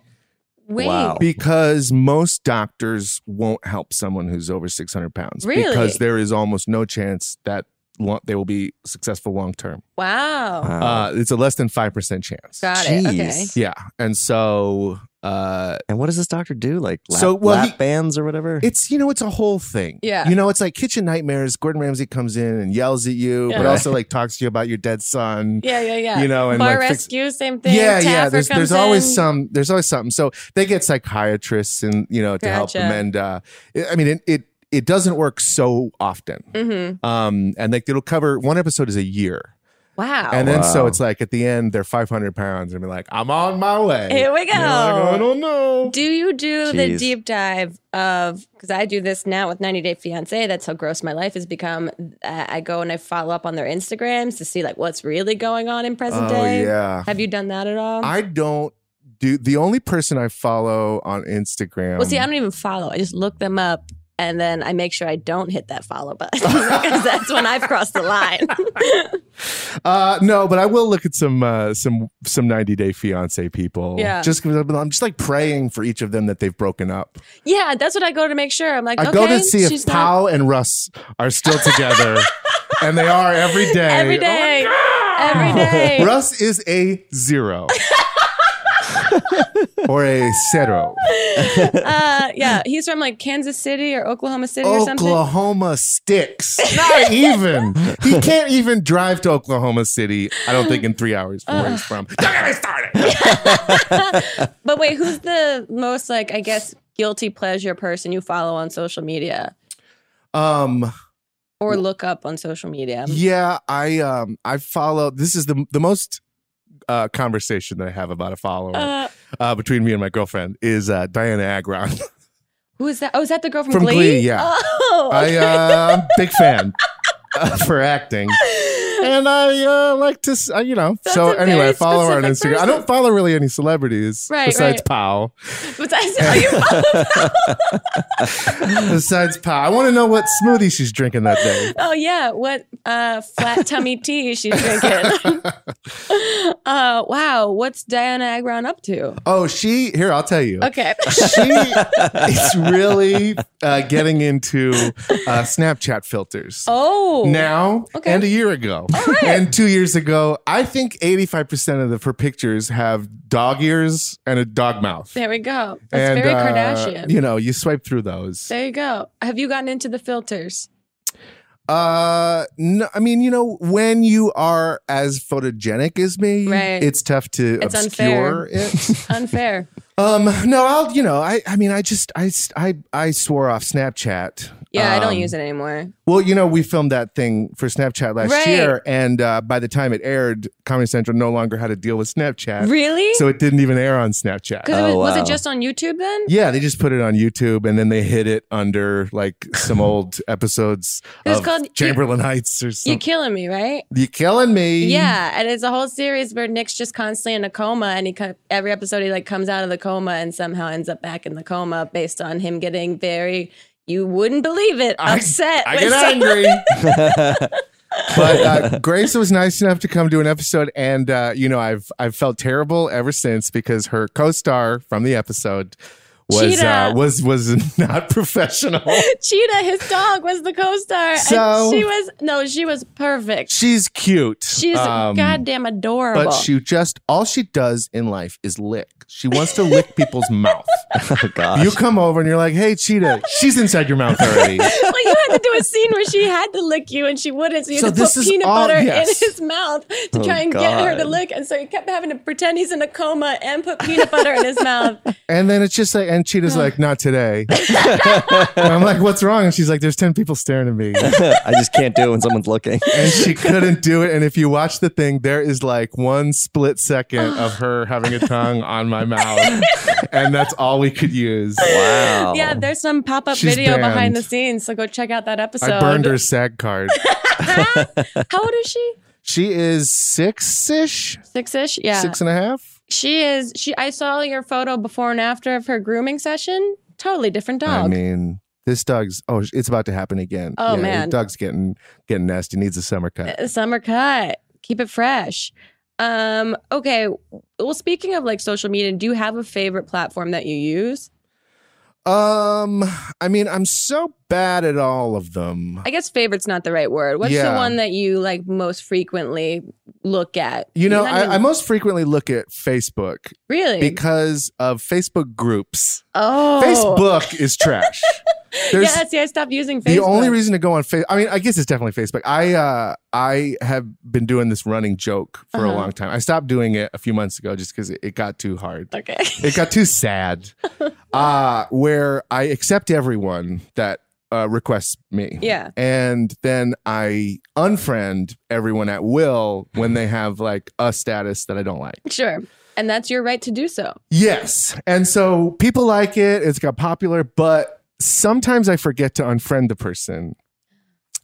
A: weight?
C: Wow.
E: because most doctors won't help someone who's over 600 pounds
A: Really?
E: because there is almost no chance that lo- they will be successful long term.
A: Wow.
C: Wow.
E: Uh, it's a less than 5% chance.
A: Got it. Okay.
C: Jeez.
E: Yeah. And so uh
C: and what does this doctor do? Like lap,
E: So, well,
C: lap
E: he-
C: bands or whatever?
E: it's you know, it's a whole thing.
A: Yeah.
E: You know, it's like kitchen nightmares. Gordon Ramsay comes in and yells at you,
A: Yeah.
E: but also like talks to you about your dead son.
A: Yeah, yeah, yeah.
E: You know, and
A: bar
E: like fix-
A: rescue, same thing.
E: yeah, yeah.
A: Taffer
E: There's
A: comes
E: there's always
A: in.
E: some there's always something. So they get psychiatrists and you know to help
A: Gotcha.
E: them. And uh, it- I mean, it, it it doesn't work so often.
A: Mm-hmm.
E: Um, and like it'll cover one episode is a year,
A: Oh, Wow.
E: and then so
C: Wow.
E: it's like at the end they're 500 pounds and be like, I'm on my way.
A: Here we go.
E: You're like, "Oh, I don't know.
A: Do you do the
C: Jeez.
A: deep dive of because I do this now with 90 Day Fiance? That's how gross my life has become. Uh, I go and I follow up on their Instagrams to see like what's really going on in present
E: Oh
A: day.
E: yeah,
A: Have you done that at all?
E: I don't do the only person I follow on Instagram.
A: well, see, I don't even follow. I just look them up and then I make sure I don't hit that follow button because that's when I've crossed the line.
E: Uh, no, but I will look at some uh, some some 90 day fiance people.
A: Yeah.
E: just 'cause I'm I'm just like praying for each of them that they've broken up.
A: yeah, that's what I go to make sure. I'm like,
E: I
A: okay,
E: go to see
A: she's
E: if
A: not-
E: Pow and Russ are still together, and they are every day. Oh
A: every day, every day.
E: Russ is a zero. or a zero.
A: Uh, yeah, he's from like Kansas City or Oklahoma City or something.
E: Oklahoma sticks. Not even. He can't even drive to Oklahoma City, I don't think, in three hours from where he's from.
A: Uh.
E: Don't get me started.
A: But wait, who's the most like I guess guilty pleasure person you follow on social media
E: Um,
A: or look up on social media?
E: Yeah, I um I follow. This is the the most uh, conversation that I have about a follower uh,
A: Uh,
E: between me and my girlfriend is uh, Diana Agron.
A: who is that? Oh, is that the girl from,
E: From
A: Glee?
E: Glee, yeah.
A: Oh,
E: I uh, I'm a big fan uh, for acting, and I uh, like to s- uh, you know.
A: That's
E: so
A: a
E: anyway,
A: very
E: I follow her on Instagram.
A: specific
E: I
A: person.
E: don't follow really any celebrities
A: Right,
E: besides
A: right.
E: Pow.
A: but that's how you follow.
E: besides Pow, I want to know what smoothie she's drinking that day.
A: Oh yeah, what uh, flat tummy tea is she drinking? uh, wow, what's Diana Agron up to?
E: Oh, she here. I'll tell you.
A: Okay,
E: she is really uh, getting into uh, Snapchat filters.
A: oh
E: Now
A: Okay.
E: and a year ago and two years ago, I think 85% of the, her pictures have dog ears and a dog mouth.
A: there we go. That's
E: and,
A: very
E: uh,
A: Kardashian.
E: You know, you swipe through those.
A: there you go. Have you gotten into the filters?
E: Uh, no, I mean, you know, when you are as photogenic as me,
A: Right.
E: it's tough to
A: It's
E: obscure it.
A: Unfair.
E: Um, no, I'll, you know, I, I mean, I just, I, I, I swore off Snapchat.
A: Yeah, I don't
E: Um,
A: use it anymore.
E: Well, you know, we filmed that thing for Snapchat last
A: Right.
E: year, and uh, by the time it aired, Comedy Central no longer had to deal with Snapchat,
A: Really?
E: uh, so it didn't even air on Snapchat. Uh,
A: Because
C: Oh,
A: was, was
C: wow.
A: it just on YouTube then?
E: yeah, they just put it on YouTube, and then they hid it under like some old episodes
A: It was
E: of
A: called-
E: Chamberlain Heights or something.
A: You're killing me, right?
E: You, are killing me.
A: Yeah, and it's a whole series where Nick's just constantly in a coma, and he co- every episode he like comes out of the coma and somehow ends up back in the coma based on him getting very you wouldn't believe it
E: I-
A: upset.
E: I
A: with
E: get
A: some-
E: angry. but uh, Grace was nice enough to come do an episode, and uh, you know I've I've felt terrible ever since because her co-star from the episode was uh,
A: Cheetah.
E: was was not professional.
A: Cheetah, his dog, was the co-star,
E: So-
A: and she was no, she was perfect.
E: She's cute.
A: She's
E: Um,
A: goddamn adorable.
E: But she just all she does in life is lick. She wants to lick people's mouth.
C: Oh gosh.
E: You come over and you're like, "Hey, Cheetah, she's inside your mouth already."
A: well, you had to do a scene where she had to lick you and she wouldn't. So you
E: So
A: had to
E: this
A: put
E: is
A: peanut
E: all-
A: butter
E: yes.
A: in his mouth to
C: Oh,
A: try and get her to
C: God.
A: lick. And so he kept having to pretend he's in a coma and put peanut butter in his mouth.
E: And then it's just like, and Cheetah's like, "Not today." And I'm like, "What's wrong?" And she's like, "There's ten people staring at me."
C: I just can't do it when someone's looking.
E: and she couldn't do it. And if you watch the thing, there is like one split second of her having a tongue on my mouth, and that's all we could use.
D: Oh.
C: Wow.
A: Yeah, there's some pop up
E: She's
A: video behind
E: banned.
A: the scenes. So go check out that episode.
E: I burned her SAG card.
A: How old is she?
E: She is six ish,
A: Six ish? Yeah.
E: six and a half.
A: She is. She. I saw your photo before and after of her grooming session. Totally different dog.
E: I mean, this dog's oh, it's about to happen again.
A: Oh,
E: the
A: man.
E: dog's getting getting nasty. Needs a summer cut.
A: A Uh, summer cut. Keep it fresh. Um, okay. Well, speaking of like social media, do you have a favorite platform that you use?
E: Um, I mean, I'm so bad at all of them.
A: I guess favorite's not the right word. What's the
E: Yeah.
A: one that you like most frequently look at?
E: you know,
A: Not even-
E: I, I most frequently look at Facebook
A: really
E: because of Facebook groups.
A: oh
E: Facebook is trash. There's
A: yeah, see, I stopped using Facebook.
E: the only reason to go on Facebook. I mean, I guess it's definitely Facebook. I uh, I have been doing this running joke for
A: Uh-huh.
E: a long time. I stopped doing it a few months ago just because it, it got too hard.
A: Okay.
E: It got too sad. uh, where I accept everyone that uh, requests me.
A: Yeah.
E: And then I unfriend everyone at will when they have like a status that I don't like.
A: Sure. And that's your right to do so.
E: Yes. And so people like it. It's got popular, but sometimes I forget to unfriend the person.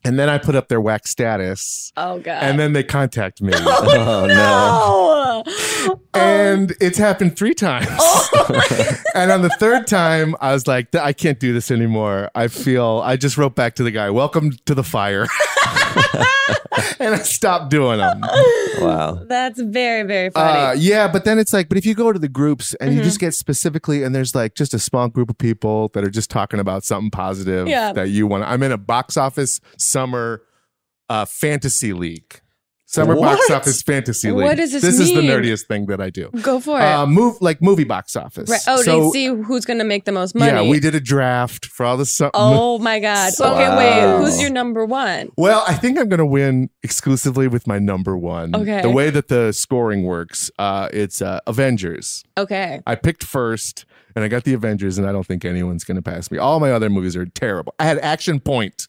E: And then I put up their whack status
A: Oh god.
E: and then they contact me.
C: Oh, no.
A: no.
E: and it's happened three times.
A: Oh.
E: and on the third time, I was like, I can't do this anymore. I feel, I just wrote back to the guy, welcome to the fire. and I stopped doing them.
C: Wow.
A: that's very very
E: Uh,
A: funny.
E: yeah, but then it's like, but if you go to the groups and
A: Mhm.
E: you just get specifically, and there's like just a small group of people that are just talking about something positive
A: Yeah.
E: that you want. I'm in a box office summer uh, fantasy league, summer box
C: What?
E: office fantasy league.
A: What does this
E: This is the
A: mean?
E: nerdiest thing that I do.
A: Go for it.
E: Uh, move like movie box office.
A: right. Oh,
E: So,
A: to see who's going to make the most money.
E: Yeah, we did a draft for all the summer.
A: Oh my god.
E: So-
A: okay, wait.
C: Wow.
A: Who's your number 1?
E: Well, I think I'm going to win exclusively with my number one.
A: Okay.
E: The way that the scoring works, uh, it's uh, Avengers.
A: Okay.
E: I picked first, and I got the Avengers, and I don't think anyone's going to pass me. All my other movies are terrible. I had Action Point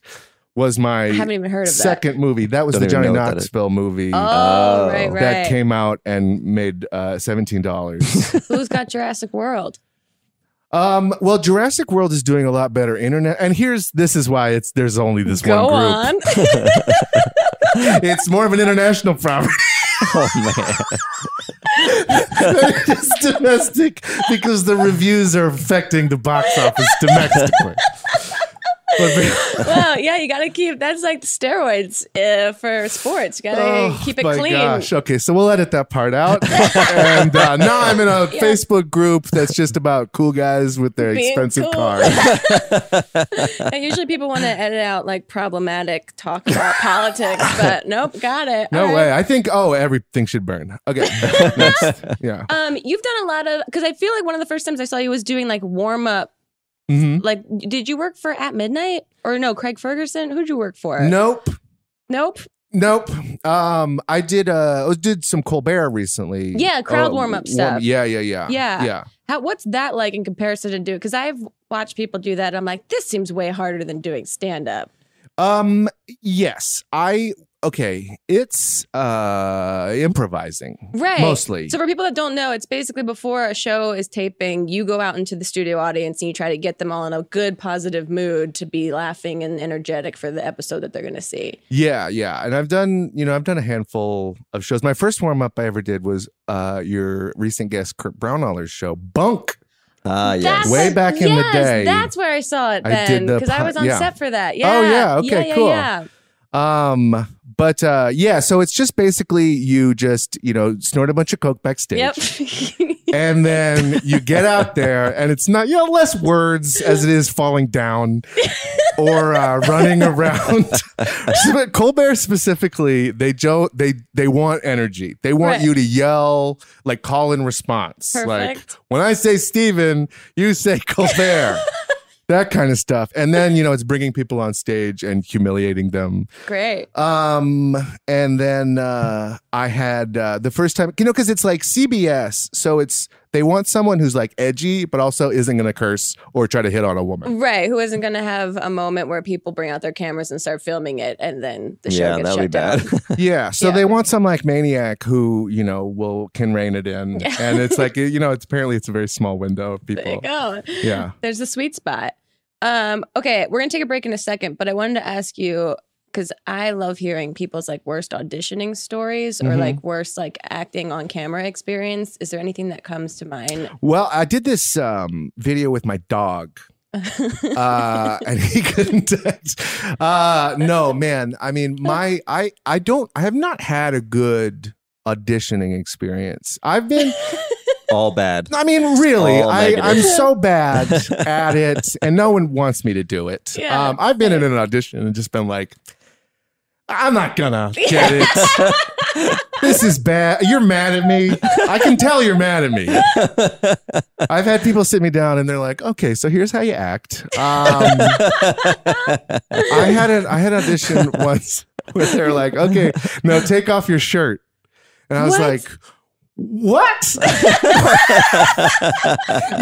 E: was my
A: I haven't even heard of
E: second movie. That was
C: Don't
E: the
C: even
E: Johnny
C: know what that is.
E: Knoxville movie.
A: that. Oh, right,
C: Oh.
A: right.
E: That came out and made uh, seventeen dollars.
A: Who's got Jurassic World?
E: um, well, Jurassic World is doing a lot better internet, and here's this is why it's there's only this
A: Go
E: one group.
A: on.
E: It's more of an international problem
C: Oh, man.
E: than it is domestic because the reviews are affecting the box office domestically. But-
A: well, yeah, you got to keep that's like the steroids uh, for sports. You got to
E: Oh,
A: keep it
E: my
A: clean.
E: Gosh. Okay, so we'll edit that part out. and uh, now I'm in a Facebook group that's just about cool guys with their
A: Being
E: expensive
A: cool.
E: cars.
A: And usually people want to edit out like problematic talk about politics, but nope, got it.
E: No
A: All right.
E: way. I think oh, everything should burn. Okay. Next. Yeah.
A: Um, you've done a lot of because I feel like one of the first times I saw you was doing like warm up.
E: hmm
A: Like, did you work for At Midnight or no? Craig Ferguson? Who'd you work for?
E: Nope.
A: nope.
E: Nope. Um, I did uh I did some Colbert recently.
A: Yeah, crowd
E: Oh,
A: warm-up stuff.
E: Yeah, yeah, yeah.
A: Yeah.
E: Yeah.
A: How, what's that like in comparison to do? Because I've watched people do that. And I'm like, this seems way harder than doing stand up.
E: Um, yes. I okay. It's uh improvising.
A: Right.
E: Mostly.
A: So for people that don't know, it's basically before a show is taping, you go out into the studio audience and you try to get them all in a good positive mood to be laughing and energetic for the episode that they're going to see.
E: Yeah, yeah. And I've done, you know, I've done a handful of shows. My first warm up I ever did was uh your recent guest Kurt Brownaller's show, Bunk.
C: Ah,
A: That's
C: yes.
E: Way
A: what-
E: back in the
A: yes,
E: day.
A: That's where I saw it
E: I
A: then
E: did the
A: because I
E: pi-
A: was on
E: yeah.
A: set for that. Yeah.
E: Oh, yeah, okay,
A: yeah,
E: cool.
A: Yeah.
E: Um, but uh yeah, so it's just basically you just, you know, snort a bunch of coke backstage.
A: Yep.
E: And then you get out there and it's not, you know, less words as it is falling down or uh, running around. So, but Colbert specifically, they jo- they they want energy. They want
A: Right.
E: you to yell like call and response.
A: Perfect.
E: Like when I say Steven, you say Colbert. that kind of stuff. And then, you know, it's bringing people on stage and humiliating them.
A: Great.
E: Um, and then uh, I had uh, the first time, you know, because it's like CBS, so it's they want someone who's like edgy, but also isn't going to curse or try to hit on a woman.
A: Right. Who isn't going to have a moment where people bring out their cameras and start filming it and then the show
C: Yeah,
A: gets
C: that
A: shut
C: would be
A: down?
C: bad.
E: Yeah, so
A: Yeah.
E: they want some like maniac who you know will can rein it in, and it's like you know, it's apparently it's a very small window of
A: There you
E: people.
A: go.
E: Yeah.
A: There's the sweet spot. Um, okay, we're gonna take a break in a second, but I wanted to ask you because I love hearing people's like worst auditioning stories or
E: Mhm.
A: like worst like acting on camera experience. Is there anything that comes to mind?
E: Well, I did this um, video with my dog. uh, and he couldn't touch. Uh, no, man. I mean, my I I don't I have not had a good auditioning experience. I've been
C: All bad.
E: I mean, really,
C: All
E: I,
C: negative.
E: I'm so bad at it and no one wants me to do it.
A: Yeah.
E: Um, I've been in an audition and just been like, I'm not gonna get it. this is bad. You're mad at me. I can tell you're mad at me. I've had people sit me down and they're like, okay, so here's how you act. Um, I had an I had an audition once where they're like, okay, now take off your shirt. And I was
A: What?
E: like, What?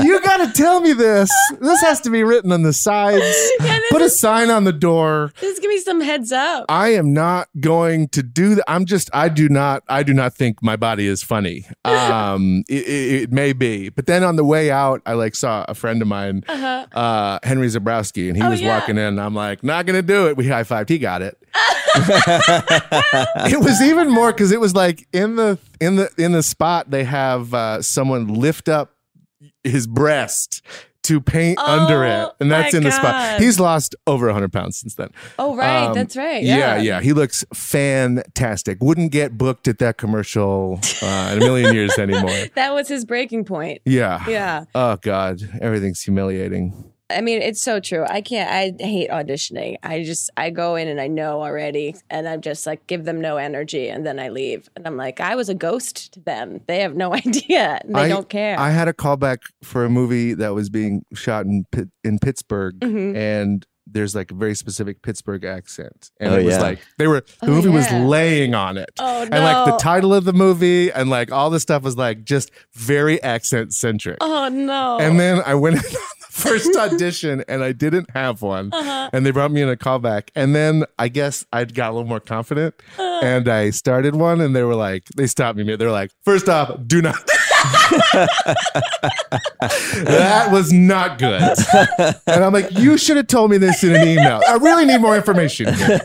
E: you got to tell me this. This has to be written on the sides.
A: Yeah, this
E: Put a
A: is-
E: sign on the door.
A: Just give me some heads up.
E: I am not going to do that. I'm just. I do not. I do not think my body is funny. Um, it, it, it may be, but then on the way out, I like saw a friend of mine,
A: Uh-huh.
E: uh, Henry Zabrowski, and he
A: Oh,
E: was
A: yeah.
E: walking in. And I'm like, not gonna do it. We high fived. He got it. it was even more because it was like in the in the in the spot they have uh, someone lift up his breast. To paint under it,
A: Oh,
E: and that's
A: my
E: in the spot.
A: God.
E: He's lost over 100 pounds since then.
A: Oh, right.
E: Um,
A: That's right.
E: Yeah. yeah, He looks fantastic. Wouldn't get booked at that commercial uh, in a million years anymore.
A: That was his breaking point.
E: Yeah.
A: Yeah.
E: Oh God, everything's humiliating.
A: I mean, it's so true. I can't, I hate auditioning. I just, I go in and I know already, and I'm just like, give them no energy, and then I leave. And I'm like, I was a ghost to them. They have no idea. They
E: I-
A: don't care.
E: I had a callback for a movie that was being shot in Pit- in Pittsburgh,
A: Mhm.
E: and there's like a very specific Pittsburgh accent, and
C: Oh,
E: it was
C: yeah.
E: like they were
A: Oh,
E: the movie was
A: yeah.
E: laying on it.
A: Oh, no.
E: And like the title of the movie and like all this stuff was like just very accent centric.
A: oh, no.
E: And then I went in on the first audition and I didn't have one.
A: Uh-huh.
E: And they brought me in a callback. And then I guess I got a little more confident
A: Uh.
E: and I started one and they were like, they stopped me. They're like, first off, do not. that was not good. And I'm like, you should have told me this in an email. I really need more information. here."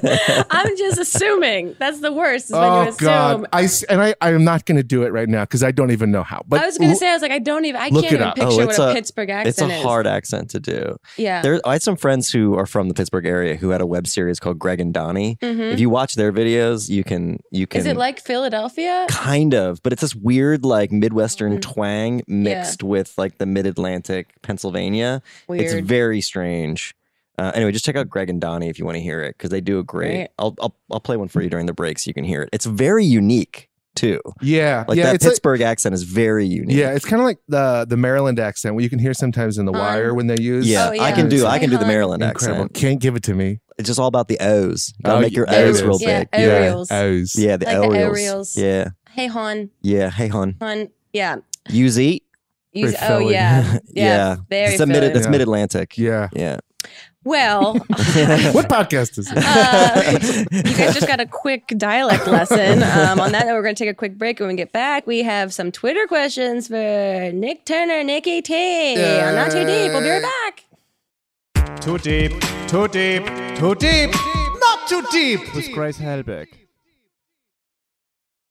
A: I'm just assuming. That's the worst is when you
E: Oh
A: assume.
E: God! I s- and I, I am not going to do it right now because I don't even know how. But
A: I was gonna say, I was like, I don't even. I
E: Look
A: can't
E: it
A: even
E: up.
C: Oh,
A: picture what
C: it's
A: a,
C: a-
A: Pittsburgh accent
C: It's a
A: is.
C: hard accent to do.
A: Yeah.
C: There, I had some friends who are from the Pittsburgh area who had a web series called Greg and Donnie.
E: Mm-hmm.
A: Mhm.
C: If you watch their videos, you can you can
A: Is it like Philadelphia?
C: kind of, but it's this weird like Midwestern
A: Mm-hmm.
C: twang mixed with like the Mid Atlantic Pennsylvania. It's
A: Weird.
C: very strange. Uh, anyway, just check out Greg and Donnie if you want to hear it because they do a great.
A: Great.
C: I'll, I'll I'll play one for you during the break so you can hear it. It's very unique too.
E: yeah,
C: Like
E: yeah,
C: that
E: it's like-
C: Pittsburgh accent is very unique.
E: Yeah, it's kind of like the the Maryland accent, what you can hear sometimes in The
A: Um,
E: Wire when they use.
C: Yeah,
A: Oh,
C: I
A: yeah.
C: can do I
A: Hey,
C: can do the
A: hon.
C: Maryland
E: Incredible.
C: accent.
E: Can't give it to me.
C: It's just all about the O's. You gotta
E: Oh,
C: make your
E: yeah,
C: O's
E: it
C: real
E: is.
A: Yeah,
C: big.
A: aerials.
E: O's.
C: Yeah, the
A: Like the aerials.
C: aerials. Yeah,
A: Hey, hon,
C: yeah. Hey, hon,
A: hon. Yeah.
C: use eat.
A: Use-
E: Very
A: oh
E: Philly.
A: yeah. Yeah.
C: Yeah.
A: Very
C: It's a
A: Philly.
C: mid. That's
E: Yeah.
C: mid Atlantic.
E: Yeah.
C: Yeah.
A: well,
E: What podcast is it?
A: uh, you guys just got a quick dialect lesson. Um, on that note, we're going to take a quick break. When we get back, we have some Twitter questions for Nick Turner, Nikki T. on Not Too Deep. We'll be right
D: Uh,
A: back.
F: Too deep, too deep, too deep.
B: Not too deep.
F: With Grace Helbig.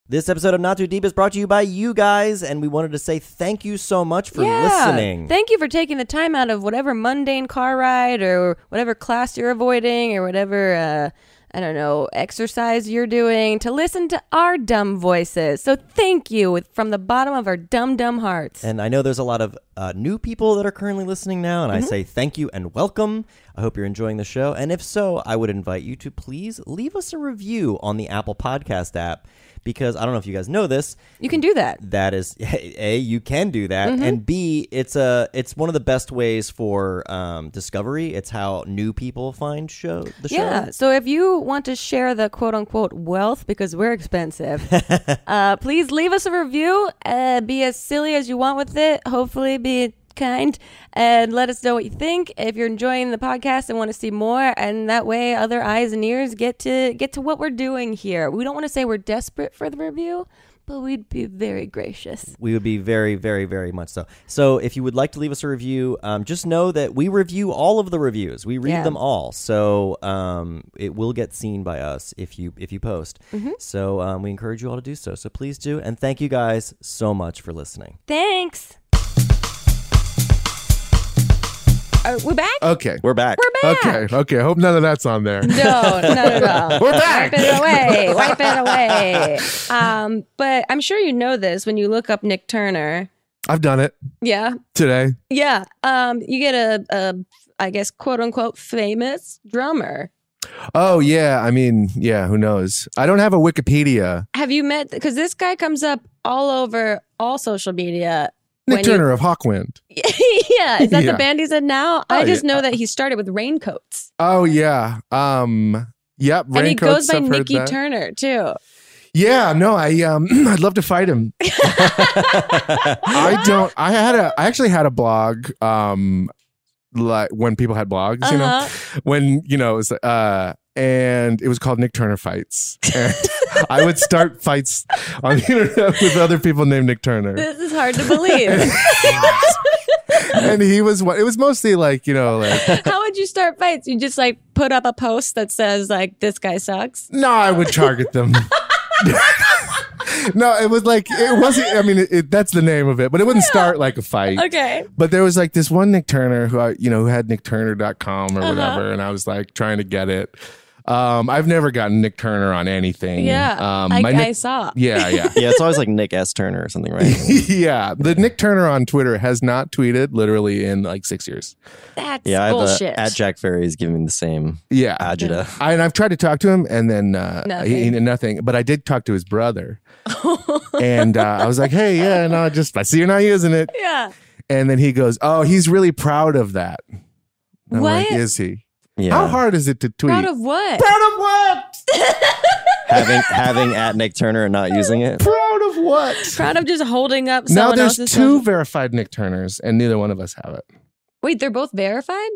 D: This episode of Not Too Deep is brought to you by you guys, and we wanted to say thank you so much for listening.
A: Thank you for taking the time out of whatever mundane car ride or whatever class you're avoiding or whatever, uh, I don't know, exercise you're doing to listen to our dumb voices. So thank you from the bottom of our dumb, dumb hearts.
D: and I know there's a lot of uh, new people that are currently listening now, and
A: Mm-hmm.
D: I say thank you and welcome. I hope you're enjoying the show. And if so, I would invite you to please leave us a review on the Apple Podcast app because I don't know if you guys know this,
A: you can do that.
D: that is a you can do that
E: Mm-hmm.
D: and b it's a it's one of the best ways for um, discovery it's how new people find show the show
A: Yeah. So if you want to share the quote unquote wealth because we're expensive, uh, please leave us a review. Uh, be as silly as you want with it. Hopefully, be kind and let us know what you think. If you're enjoying the podcast and want to see more, and that way other eyes and ears get to get to what we're doing here. We don't want to say we're desperate for the review, but we'd be very gracious.
D: we would be very very very much so so if you would like to leave us a review um, just know that we review all of the reviews we read
A: Yeah.
D: them all so um, it will get seen by us if you if you post so um, we encourage you all to do so so please do and thank you guys so much for listening
A: Thanks. Are we back?
E: Okay.
C: We're back.
A: We're back.
E: Uh, Okay. Okay. I hope none of that's on there.
A: No, not at all.
E: We're back.
A: Wipe it away. Wipe it away. Um, but I'm sure you know this when you look up Nick Turner.
E: I've done it
A: Yeah.
E: today.
A: Yeah. Um, you get a, a I guess quote unquote famous drummer.
E: Oh yeah. I mean, yeah. Who knows? I don't have a Wikipedia.
A: Have you met because this guy comes up all over all social media.
E: Nick
A: When you-
E: Turner of Hawkwind.
A: yeah. Is that
E: Yeah.
A: the band he's in now? I
E: Oh,
A: just
E: yeah.
A: know that he started with raincoats.
E: Oh yeah. Um. Yep.
A: and he goes
E: Raincoats,
A: by
E: I've heard
A: Nikki
E: that.
A: Turner too.
E: Yeah, no, I um, I'd love to fight him. I don't. I had a. I actually had a blog. Um, like when people had blogs, you
A: Uh-huh.
E: know, when you know, it was, uh, and it was called Nick Turner fights. And I would start fights on the internet with other people named Nick Turner,
G: This is hard to believe.
E: and he was what it was mostly like you know like
A: How would you start fights? You just like put up a post that says like this guy sucks.
E: No, I would target them. no, it was like it wasn't. I mean, it, it, that's the name of it, but it wouldn't start like a fight.
A: Okay.
E: But there was like this one Nick Turner who I, you know who had nickturner.com or
A: Uh-huh.
E: whatever, and I was like trying to get it. Um, I've never gotten Nick Turner on anything.
A: Yeah.
E: um,
A: I,
E: my
A: I
E: Nick,
A: saw.
E: yeah, yeah.
D: Yeah, it's always like Nick S. Turner or something, right?
E: yeah, the Nick Turner on Twitter has not tweeted literally in like six years.
A: That's
D: Yeah, I have a,
A: bullshit.
D: at Jack Ferry is giving me the same
E: Yeah,
D: agita.
E: I, and I've tried to talk to him, and then uh,
A: Nothing.
E: He, he- nothing. But I did talk to his brother, and uh, I was like, "Hey, yeah, no, just I see you're not using it."
A: yeah.
E: And then he goes, "Oh, he's really proud of that." And I'm like,
A: What?
E: is he?
D: Yeah,
E: How hard is it to tweet?
A: Proud of what?
E: Proud of what?
D: having having at Nick Turner and not using it.
E: Proud of what?
A: Proud of just holding up
E: Now
A: someone
E: there's
A: else's.
E: two
A: social-
E: verified Nick Turners, and neither one of us have it.
A: Wait, they're both verified.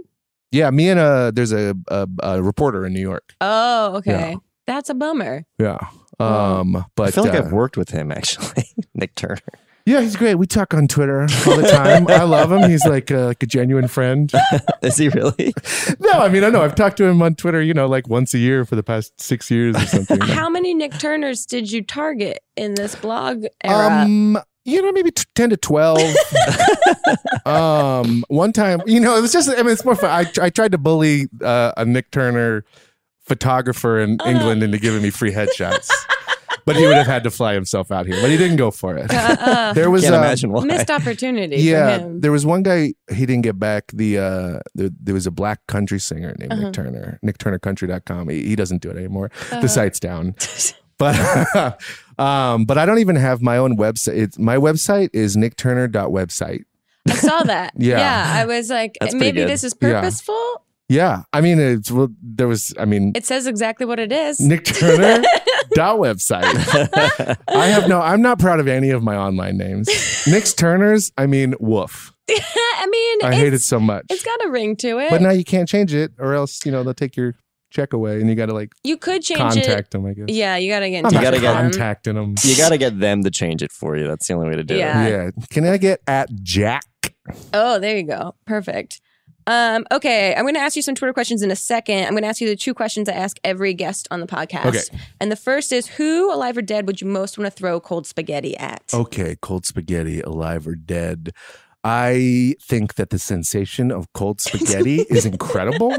E: Yeah, me and a there's a, a, a reporter in New York.
A: Oh, okay. That's a bummer.
E: Yeah. Um, but
D: I feel like
E: uh,
D: I've worked with him actually, Nick Turner.
E: yeah, he's great. We talk on Twitter all the time. I love him. He's like a, like a genuine friend.
D: Is he really?
E: No, I mean I know I've talked to him on Twitter. You know, like once a year for the past six years or something.
A: How many Nick Turners did you target in this blog era?
E: Um, you know, maybe t- ten to twelve. um, one time, you know, it was just. I mean, it's more fun. I, tr- I tried to bully uh, a Nick Turner photographer in England into giving me free headshots, but he would have had to fly himself out here. But he didn't go for it.
A: uh,
E: There was
D: Can't
E: um,
D: imagine why.
A: missed opportunity.
E: Yeah,
A: For him.
E: there was one guy he didn't get back. The uh, there, there was a black country singer named
A: Uh-huh.
E: Nick Turner. NickTurnerCountry.com. He, he doesn't do it anymore. The site's down. but um, but I don't even have my own website. It's, my website is nickturner.website.
A: I saw that.
E: Yeah.
A: I was like,
D: That's pretty
A: maybe
D: good.
A: this is
E: Yeah.
A: purposeful.
E: Yeah, I mean it's well, there was. I mean
A: It says exactly what it is.
E: Nick Turner dot website. I have no. I'm not proud of any of my online names. Nick's Turners. I mean, woof.
A: I mean,
E: I
A: it's,
E: hate it so much.
A: it's got a ring to it.
E: But now you can't change it, or else you know they'll take your check away, and you got to like
A: you could change
E: contact them. I guess
A: it. Yeah, you gotta get. In
E: I'm
A: touch
E: not
D: gotta
A: with
D: get-
A: them.
E: contacting them.
D: You got to get them to change it for you. That's the only way to do
A: Yeah.
D: it.
E: Yeah. Can I get at Jack?
A: Oh, there you go. Perfect. Um, okay, I'm going to ask you some Twitter questions in a second. I'm going to ask you the two questions I ask every guest on the podcast.
E: Okay.
A: And the first is who, alive or dead, would you most want to throw cold spaghetti at?
E: Okay, cold spaghetti, alive or dead. I think that the sensation of cold spaghetti is incredible.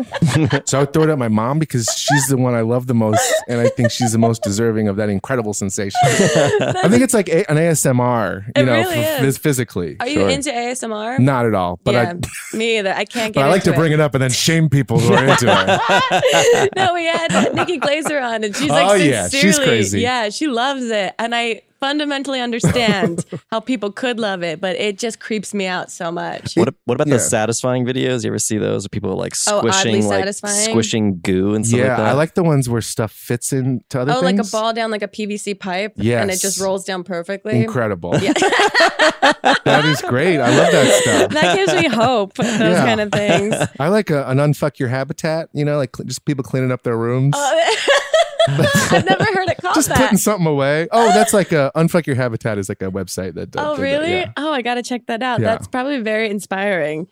E: so I would throw it at my mom because she's the one I love the most. And I think she's the most deserving of that incredible sensation. I think it's like a- an ASMR, you
A: It
E: know,
A: really
E: f-
A: is.
E: phys- physically.
A: Are you
E: Sure.
A: into ASMR?
E: Not at all. But
A: yeah,
E: I.
A: me either. I can't get
E: But I like to
A: into
E: bring it up and then shame people who are into it.
A: it. no, we had Nikki Glazer on, and she's like,
E: Oh,
A: sincerely,
E: yeah, she's crazy.
A: yeah, she loves it. And I fundamentally understand how people could love it, but it just creeps me out so much.
D: What, what about
E: Yeah.
D: the satisfying videos? You ever see those? Where people are like
A: Oh, oddly
D: squishing, like
A: satisfying?
D: squishing goo and stuff
E: yeah,
D: like that.
E: I like the ones where stuff fits into other
A: Oh,
E: things.
A: like a ball down like a PVC pipe, and it
E: Yes.
A: just rolls down perfectly.
E: Incredible. that is great. I love that stuff.
A: that gives me hope. Those
E: Yeah.
A: kind of things.
E: I like a, an unfuck your habitat. You know, like cl- just people cleaning up their rooms,
A: I've never heard it called
E: just
A: Oh, that.
E: putting something away. Oh, that's like a unfuck your habitat is like a website that. does
A: oh,
E: that,
A: really?
E: yeah.
A: Oh, I gotta check that out.
E: Yeah.
A: That's probably very inspiring.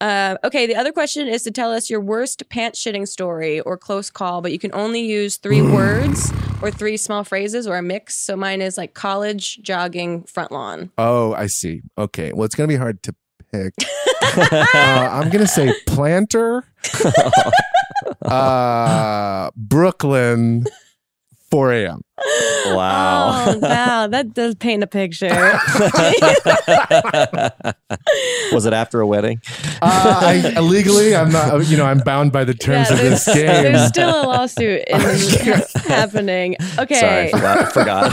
A: Uh, okay, the other question is to tell us your worst pants shitting story or close call, but you can only use three words or three small phrases or a mix. So mine is like college, jogging, front lawn.
E: Oh, I see. Okay. Well, it's gonna be hard to pick. uh, I'm gonna say planter, uh, Brooklyn, 4 a.m.
D: wow.
A: Oh, wow. That does paint a picture.
D: Was it after a wedding?
E: Uh, I, legally, I'm not. uh, You know, I'm bound by the terms
A: Yeah,
E: of this game.
A: there's- There's still a lawsuit in happening. Okay.
D: Sorry, forgot.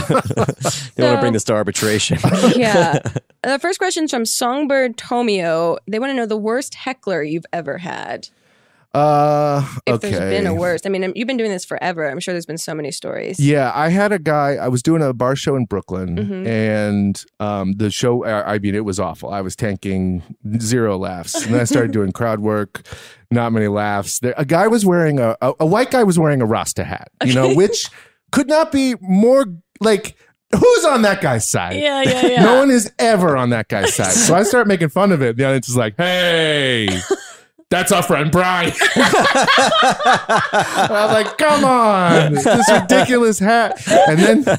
D: forgot. they want to bring this to arbitration.
A: yeah. The first question's from Songbird Tomio. They want to know the worst heckler you've ever had.
E: Uh,
H: If
E: okay.
H: there's been a worst, I mean, I'm- you've been doing this forever. I'm sure there's been so many stories.
E: Yeah, I had a guy. I was doing a bar show in Brooklyn,
H: Mhm.
E: and um, the show. I I mean, it was awful. I was tanking zero laughs, and then I started doing crowd work. Not many laughs. There, a guy was wearing a, a a white guy was wearing a Rasta hat. You know, which could not be more like who's on that guy's side.
H: yeah, yeah. yeah.
E: No one is ever on that guy's side. So I start making fun of it. The audience is like, hey, that's our friend Brian. And I was like, come on, this ridiculous hat. And then,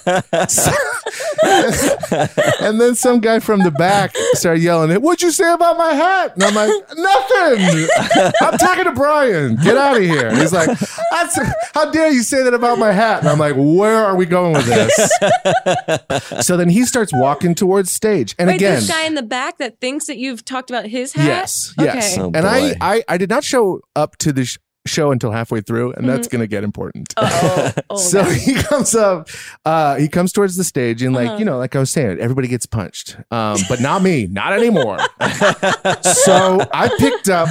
E: and then some guy from the back started yelling, what'd you say about my hat? And I'm like, nothing. I'm talking to Brian. Get out of here. And he's like, "That's- how dare you say that about my hat? And I'm like, where are we going with this? So then he starts walking towards stage. And
H: Wait,
E: again,
H: this guy in the back that thinks that you've talked about his hat.
E: Yes.
H: Okay.
E: Yes.
C: Oh,
E: and I,
C: boy.
E: I, I did not show up to the sh- show until halfway through,
H: Mm-hmm.
E: and that's going to get important.
H: Oh, oh,
E: so
H: God.
E: he comes up, uh, he comes towards the stage, and
H: Uh-huh.
E: like you know, like I was saying, everybody gets punched, um, but not me, not anymore. so I picked up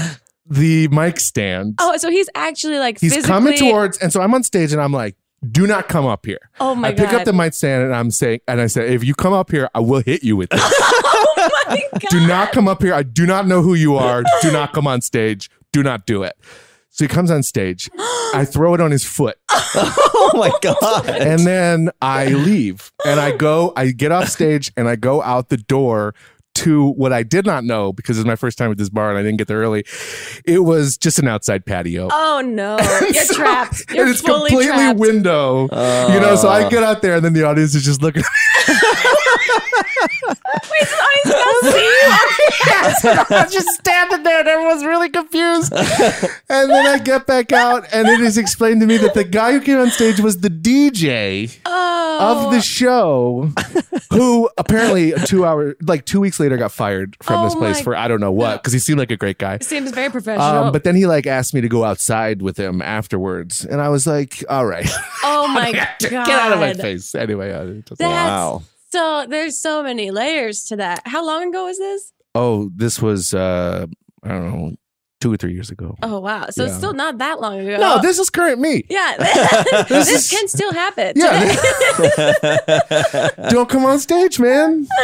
E: the mic stand.
H: oh, so he's actually like
E: He's
H: physically.
E: coming towards, and so I'm on stage, and I'm like. Do not come up here.
H: Oh my
E: I pick
H: God.
E: up the mic stand and I'm saying, and I said, if you come up here, I will hit you with this.
H: oh my God.
E: do not come up here. I do not know who you are. Do not come on stage. Do not do it. So he comes on stage. I throw it on his foot
C: Oh my god.
E: and then I leave and I go, I get off stage and I go out the door to what I did not know because it's my first time at this bar and I didn't get there early. It was just an outside patio.
H: Oh no. You're
E: So-
H: trapped. You're
E: and it's
H: fully
E: completely
H: trapped.
E: window, you know. So I get out there, and then the audience is just looking.
H: Wait, so he's gonna see you?
E: I was just standing there and everyone's really confused. And then I get back out and it is explained to me that the guy who came on stage was the DJ
H: Oh.
E: of the show who apparently two hour like two weeks later got fired from
H: Oh
E: this place
H: my-
E: for I don't know what because he seemed like a great guy.
H: Seems very professional.
E: Um, but then he like asked me to go outside with him afterwards, and I was like, "All right,
H: oh my god.
E: get out of my face." Anyway, uh, it doesn't-
H: That's
C: Wow.
H: so there's so many layers to that. How long ago was this?
E: oh, this was uh, I don't know, two or three years ago.
H: Oh wow. So it's
E: Yeah.
H: still not that long ago.
E: No, this is current me.
H: Yeah. this,
E: is-
H: can still happen.
E: Yeah. Don't come on stage, man.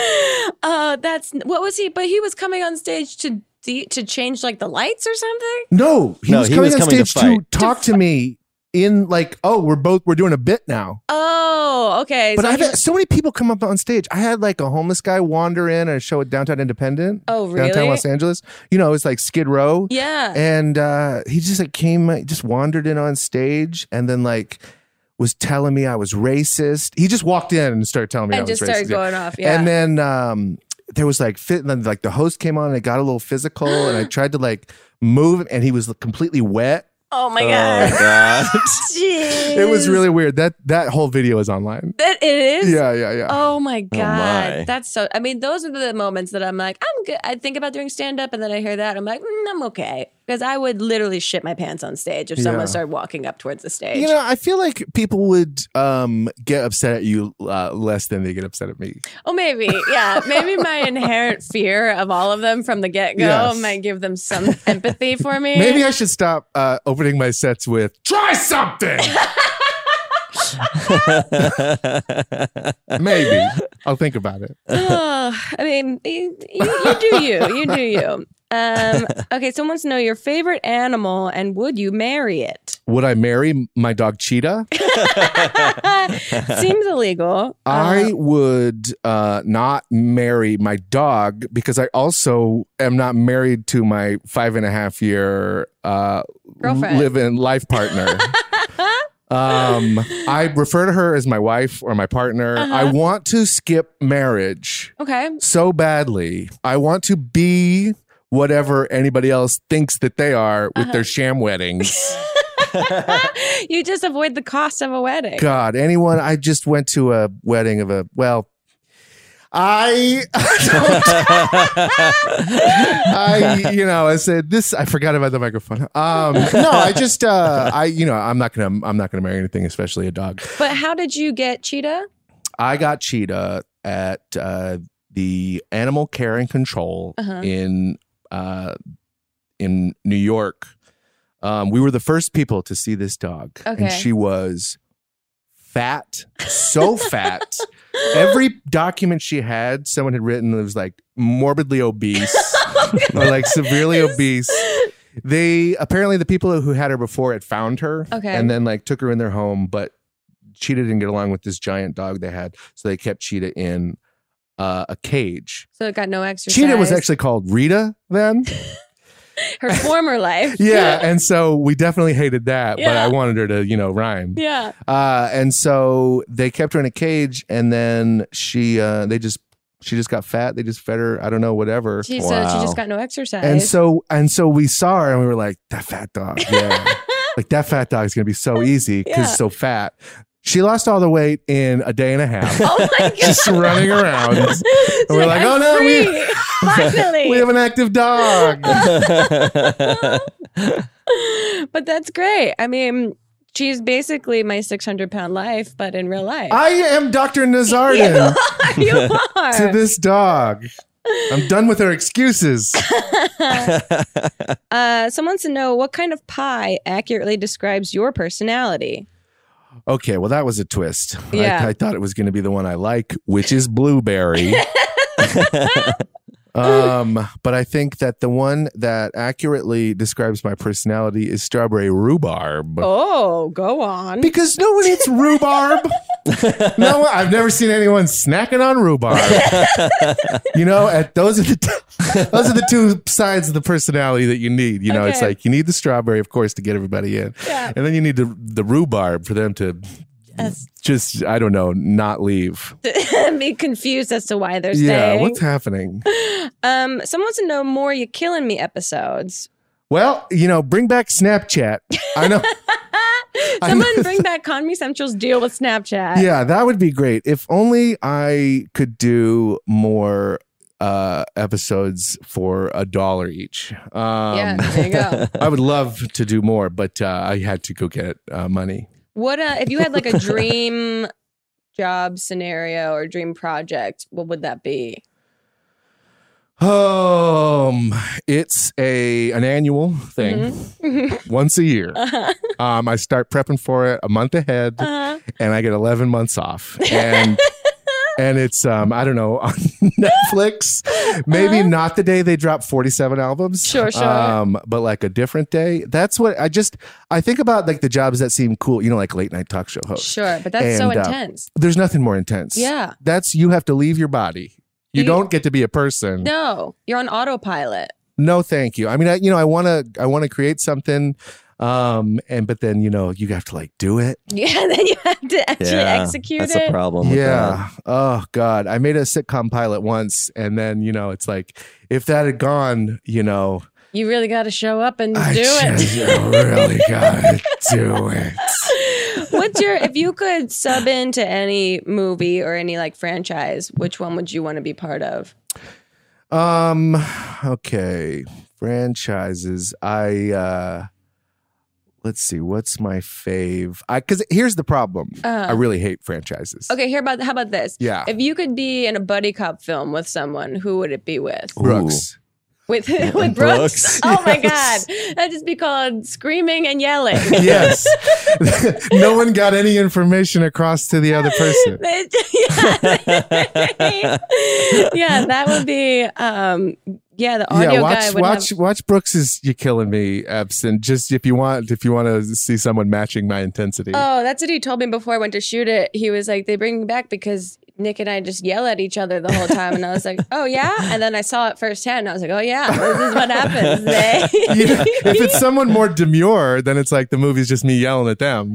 H: Uh, that's what was he? But he was coming on stage to de- to change like the lights or something.
E: No, he
C: No,
E: was
C: he
E: coming
C: was
E: on
C: coming to
E: stage to,
C: fight.
E: talk to me in like, oh, we're both we're doing a bit now.
H: Oh, okay.
E: But
H: so
E: I've
H: he
E: had so many people come up on stage. I had like a homeless guy wander in at a show at Downtown Independent.
H: Oh, really?
E: Downtown Los Angeles. You know, it's like Skid Row.
H: yeah.
E: And uh, he just like came, like, just wandered in on stage, and then like was telling me I was racist. He just walked in and started telling me I
H: and
E: was
H: just
E: racist.
H: started
E: yeah.
H: going off. Yeah.
E: And then um, there was like fit, and then like the host came on and it got a little physical, and I tried to like move, and he was like, completely wet.
H: oh my
C: Oh
H: god.
C: god.
H: Jeez.
E: It was really weird. That that whole video is online.
H: That it is.
E: Yeah, yeah, yeah.
H: Oh my god.
C: my.
H: That's so. I mean, those are the moments that I'm like, I'm good. I think about doing stand up, and then I hear that, I'm like, mm, I'm okay, because I would literally shit my pants on stage if someone
E: Yeah.
H: started walking up towards the stage.
E: you know, I feel like people would um, get upset at you uh, less than they get upset at me.
H: Oh, maybe. Yeah. Maybe my inherent fear of all of them from the get go
E: Yes.
H: might give them some empathy for me.
E: Maybe I should stop uh, opening my sets with "Try something." Maybe I'll think about it.
H: Ugh, I mean, you, you, you do you. You do you. Um, okay. Someone wants to know your favorite animal and would you marry it?
E: Would I marry my dog Cheetah?
H: Seems illegal.
E: I would uh, not marry my dog because I also am not married to my five and a half year uh,
H: Girlfriend.
E: live in life partner. um, I refer to her as my wife or my partner. I want to skip marriage
H: Okay.
E: so badly. I want to be whatever anybody else thinks that they are with their sham weddings.
H: you just avoid the cost of a wedding.
E: God, anyone. I just went to a wedding of a well. I, I, you know, I said this. I forgot about the microphone. Um, no, I just, uh, I, you know, I'm not gonna, I'm not gonna marry anything, especially a dog.
H: But how did you get Cheetah?
E: I got Cheetah at uh, the Animal Care and Control
H: Uh-huh.
E: in uh, in New York Um, we were the first people to see this dog,
H: Okay.
E: and she was fat, so fat. Every document she had, someone had written that was like morbidly obese
H: Oh
E: or like severely obese. They apparently the people who had her before had found her,
H: Okay.
E: and then like took her in their home, but Cheetah didn't get along with this giant dog they had, so they kept Cheetah in uh, a cage.
H: So it got no exercise.
E: Cheetah was actually called Rita then.
H: her former life.
E: Yeah. And so we definitely hated that, but
H: Yeah.
E: I wanted her to, you know, rhyme.
H: yeah.
E: Uh, and so they kept her in a cage and then she, uh, they just, she just got fat. They just fed her, I don't know, whatever.
H: She said she
C: Wow.
H: just got no exercise.
E: And so, and so we saw her and we were like, that fat dog. Yeah. like that fat dog is going to be so easy because
H: Yeah.
E: so fat. She lost all the weight in a day and a half.
H: oh my god.
E: just running around. And
H: It's
E: we're like,
H: I'm
E: oh no, we,
H: free. Finally.
E: we have an active dog.
H: but that's great. I mean, she's basically my 600 pound life, but in real life.
E: I am Dr. Nazardan
H: you
E: to
H: are.
E: this dog. I'm done with her excuses.
H: Uh, someone wants to know what kind of pie accurately describes your personality.
E: Okay, well, that was a twist. I-
H: Yeah.
E: I, thought it was going to be the one I like, which is blueberry. um, but I think that the one that accurately describes my personality is strawberry rhubarb.
H: Oh, go on.
E: Because no one eats rhubarb. no, one- I've never seen anyone snacking on rhubarb. you know, at those are the t- those are the two sides of the personality that you need. You know, it's
H: Okay.
E: like you need the strawberry, of course, to get everybody in,
H: Yeah.
E: and then you need the the rhubarb for them to
H: Yes.
E: just I don't know, not leave.
H: be confused as to why they're
E: Yeah,
H: saying.
E: what's happening?
H: um, someone wants to know more "You Killing Me" episodes.
E: Well, you know, bring back Snapchat. I know. I
H: Someone
E: know-
H: bring back Conme Central's deal with Snapchat.
E: Yeah, that would be great. If only I could do more uh episodes for a dollar each. Um
H: Yeah, there you go.
E: I would love to do more, but uh, I had to go get uh, money.
H: What uh, if you had like a dream job scenario or dream project? What would that be?
E: Um, it's a an annual thing, once a year.
H: Mm-hmm. Uh-huh.
E: Um, I start prepping for it a month ahead,
H: Uh-huh.
E: and I get 11 months off. And and it's um I don't know on Netflix. Maybe
H: Uh-huh.
E: not the day they drop 47 albums.
H: Sure, sure.
E: Um but like a different day. That's what I just I think about like the jobs that seem cool, you know like late night talk show hosts.
H: Sure, but that's so
E: And, uh,
H: intense.
E: There's nothing more intense.
H: Yeah.
E: That's you have to leave your body. You
H: You-
E: don't get to be a person.
H: No, you're on autopilot.
E: No, thank you. I mean, I, you know, I want to I want to create something um and but then, you know, you have to like do it.
H: Yeah, then you have to actually
C: Yeah,
H: execute
C: That's
H: it.
C: a problem. with
E: Yeah. Oh God. I made a sitcom pilot once, and then you know it's like if that had gone, you know,
H: You really got to show up and
E: I
H: do
E: just
H: it.
E: really gotta do it.
H: What's your if you could sub into any movie or any like franchise, which one would you want to be part of?
E: Um. Okay. Franchises. I. uh Let's see. What's my fave? I because here's the problem.
H: Uh-huh.
E: I really hate franchises.
H: Okay, here about how about this?
E: Yeah.
H: If you could be in a buddy cop film with someone, who would it be with?
C: Ooh.
E: Brooks.
H: With with Brooks?
C: Brooks,
H: Oh my god,
E: yes.
H: that'd just be called screaming and yelling.
E: yes. no one got any information across to the other person.
H: yeah, yeah, that would be. Um, yeah, the audio
E: yeah, watch
H: guy would
E: watch
H: have.
E: watch Brooks's "You Killing Me" Epson. Just if you want, if you want to see someone matching my intensity.
H: Oh, that's what he told me before I went to shoot it. He was like, "They bring me back because Nick and I just yell at each other the whole time," and I was like, "Oh yeah," and then I saw it firsthand. And I was like, "Oh yeah, this is what happens." eh?" They-
E: Yeah, if it's someone more demure, then it's like the movie's just me yelling at them.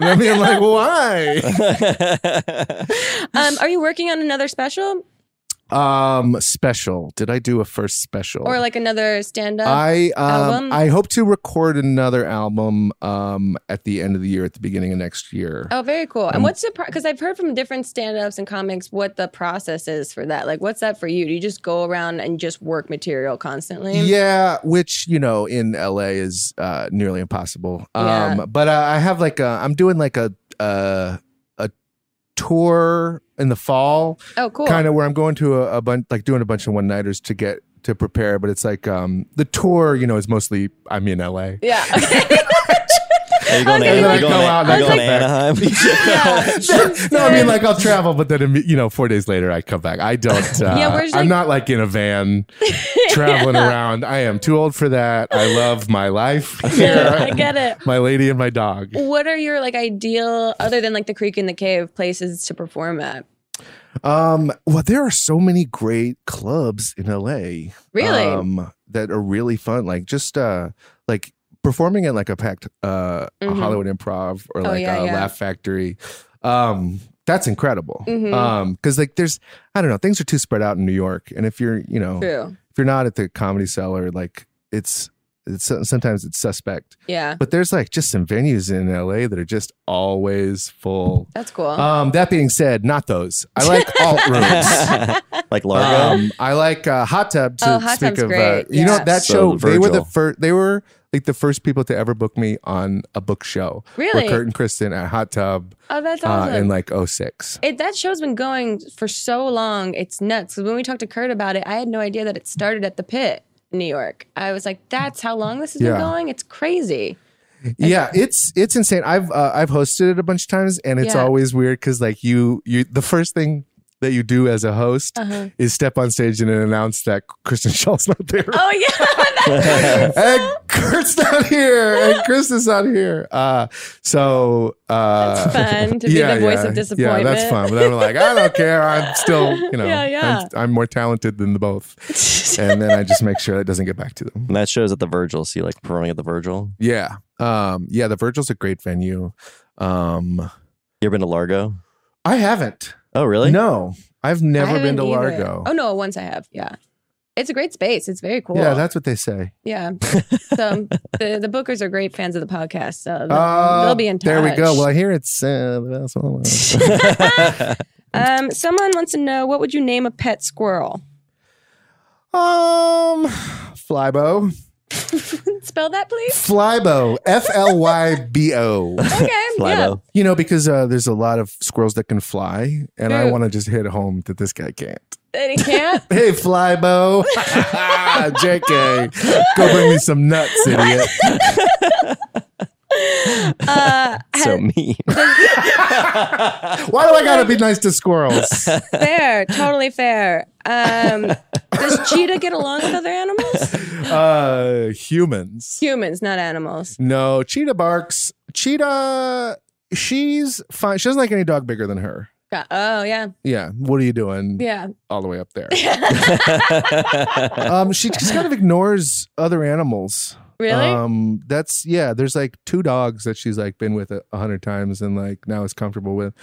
E: And I mean, I'm like, why?
C: that.
H: um, are you working on another special
E: Um, special. Did I do a first special?
H: or like another stand-up?
E: I um,
H: album?
E: I hope to record another album um at the end of the year, at the beginning of next year.
H: Oh, very cool. And what's the because I've heard from different stand-ups and comics what the process is for that. Like, what's that for you? Do you just go around and just work material constantly?
E: Yeah, which you know in LA is uh, nearly impossible. Um,
H: Yeah.
E: But uh, I have like a, I'm doing like a uh, a tour in the fall,
H: Oh, cool. Oh,
E: kind of where I'm going to a, a bunch, like doing a bunch of one nighters to get to prepare, but it's like um, the tour, you know, is mostly I'm in LA.
H: Yeah.
C: Are you going to,
H: I
C: are
H: was like,
C: you going
E: go
C: to,
E: out and
C: are
E: I
C: you
E: come
C: going to Anaheim?
E: no, I mean like I'll travel, but then imme- you know, four days later I come back. I don't. Uh,
H: Yeah, where's,
E: I'm
H: like-
E: not like in a van traveling around. I am too old for that. I love my life here.
H: I get it.
E: My lady and my dog.
H: What are your like ideal other than like the creek in the cave places to perform at?
E: Um, well, there are so many great clubs in LA.
H: Really?
E: Um, that are really fun. Like just uh, like performing at like a packed uh a
H: Mhm.
E: Hollywood Improv or
H: Oh,
E: like
H: yeah,
E: a
H: yeah.
E: Laugh Factory. Um, that's incredible.
H: Mhm.
E: Um, because like there's I don't know things are too spread out in New York, and if you're you know
H: True.
E: if you're not at the Comedy Cellar, like it's. It's, sometimes it's suspect,
H: Yeah.
E: but there's like just some venues in LA that are just always full.
H: That's cool.
E: Um, that being said, not those. I like alt rooms.
C: like Largo?
E: Um, I like uh, Hot Tub. To
H: Oh, Hot
E: speak
H: Tub's
E: of, Uh,
H: great.
E: you know
H: Yeah.
E: that
C: So
E: show. They were the
C: Virgil.
E: first. They were like the first people to ever book me on a book show.
H: Really?
E: Were Kurt and Kristen at Hot Tub
H: oh, that's
E: uh,
H: awesome.
E: in like 06.
H: it, that show's been going for so long. It's nuts. Because when we talked to Kurt about it, I had no idea that it started at the pit in New York. I was like, that's how long this has
E: Yeah.
H: been going? It's crazy.
E: Yeah, it's it's insane. I've uh, I've hosted it a bunch of times, and it's
H: Yeah.
E: always weird because like you you the first thing that you do as a host
H: Uh-huh.
E: is step on stage and announce that Kristen Schall's not there.
H: Oh, yeah.
E: and Kurt's not here, and Chris is not here. Uh, so uh,
H: That's fun to be the
E: Yeah,
H: voice of
E: that's
H: disappointment.
E: fun. But then we're like, I don't care. I'm still, you know,
H: Yeah, yeah.
E: I'm, I'm more talented than the both. And then I just make sure that doesn't get back to them.
C: And that shows at the Virgil. See, like performing at the Virgil.
E: Yeah, um, yeah. The Virgil's a great venue. Um,
C: You ever been to Largo?
E: I haven't.
C: Oh, really?
E: No, I've
H: I
E: never
H: haven't
E: been to
H: either.
E: Largo.
H: Oh, no, once I have. Yeah. It's a great space. It's very cool.
E: Yeah, that's what they say.
H: Yeah. So the, the bookers are great fans of the podcast. So they'll,
E: Uh,
H: they'll be in touch.
E: There we go. Well, I hear it's uh, the best one.
H: um, someone wants to know what would you name a pet squirrel?
E: um, Flybo.
H: Spell that, please.
E: Flybo, F L Y B O.
H: Okay. yeah.
C: Slido.
E: You know, because uh, there's a lot of squirrels that can fly, and I
H: True.
E: want to just hit home that this guy can't.
H: And it can't.
E: Hey, Flybo. JK, go bring me some nuts, idiot.
H: Uh,
C: So mean.
E: Why do I gotta be nice to squirrels?
H: fair. Totally fair. Um, does cheetah get along with other animals?
E: Uh, humans.
H: Humans, not animals.
E: No, cheetah barks. Cheetah, she's fine. She doesn't like any dog bigger than her.
H: Got- Oh, yeah.
E: Yeah, what are you doing
H: Yeah.
E: all the way up there? um, she just kind of ignores other animals.
H: Really?
E: Um, that's yeah. There's like two dogs that she's like been with a a hundred times and like now is comfortable with,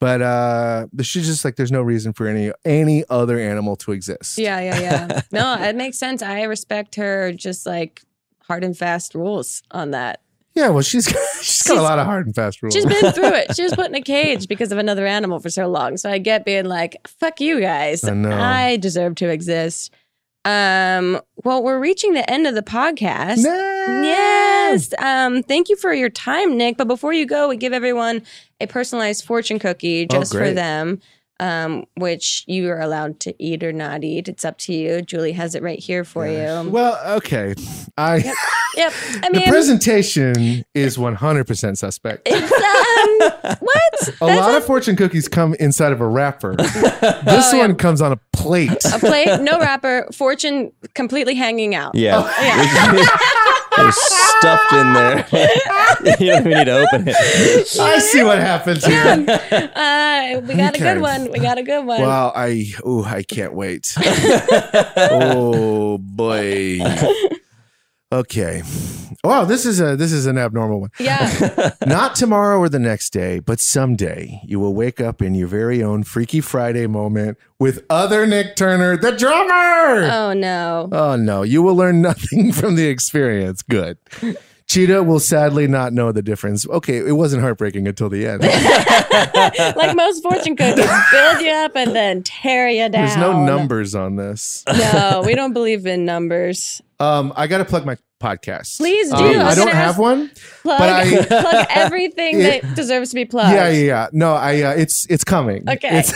E: but uh, but she's just like there's no reason for any any other animal to exist.
H: yeah, yeah, yeah. No, it makes sense. I respect her just like hard and fast rules on that.
E: yeah. Well, she's she's got a
H: She's-
E: lot of hard and fast rules.
H: She's been through it. She was put in a cage because of another animal for so long. So I get being like, fuck you guys.
E: I know.
H: I deserve to exist. Um, well, we're reaching the end of the podcast.
E: No.
H: Yes. Um, thank you for your time, Nick. But before you go, we give everyone a personalized fortune cookie
E: Oh,
H: just for
E: great.
H: them, um, which you are allowed to eat or not eat. It's up to you. Julie has it right here for you.
E: Well, okay. I
H: yep. I
E: the
H: mean,
E: presentation is 100 percent suspect.
H: it's, um, what?
E: A lot of fortune cookies come inside of a wrapper. this one comes on a plate.
H: Oh, a plate, no wrapper, fortune completely hanging out.
C: Yeah. They're stuffed in there. you don't even need to open it.
E: I see what happens here.
H: Uh, we got a
E: Okay.
H: good one. We got a good one.
E: Wow, I oh, I can't wait. oh boy. Okay. Wow, this is a this is an abnormal one.
H: Yeah.
E: Not tomorrow or the next day, but someday you will wake up in your very own Freaky Friday moment with other Nick Turner, the drummer.
H: Oh no.
E: Oh no, you will learn nothing from the experience. Good. Cheetah will sadly not know the difference. Okay, it wasn't heartbreaking until the end.
H: Like most fortune cookies, build you up and then tear you down.
E: There's no numbers on this.
H: No, we don't believe in numbers.
E: Um, I got to plug my podcast.
H: Please do.
E: Um,
H: I
E: I
H: was
E: don't
H: gonna
E: have
H: ask-
E: one.
H: Plug,
E: I-
H: plug everything
E: Yeah.
H: that deserves to be plugged.
E: Yeah, yeah, yeah. No, I uh, it's it's coming.
H: Okay.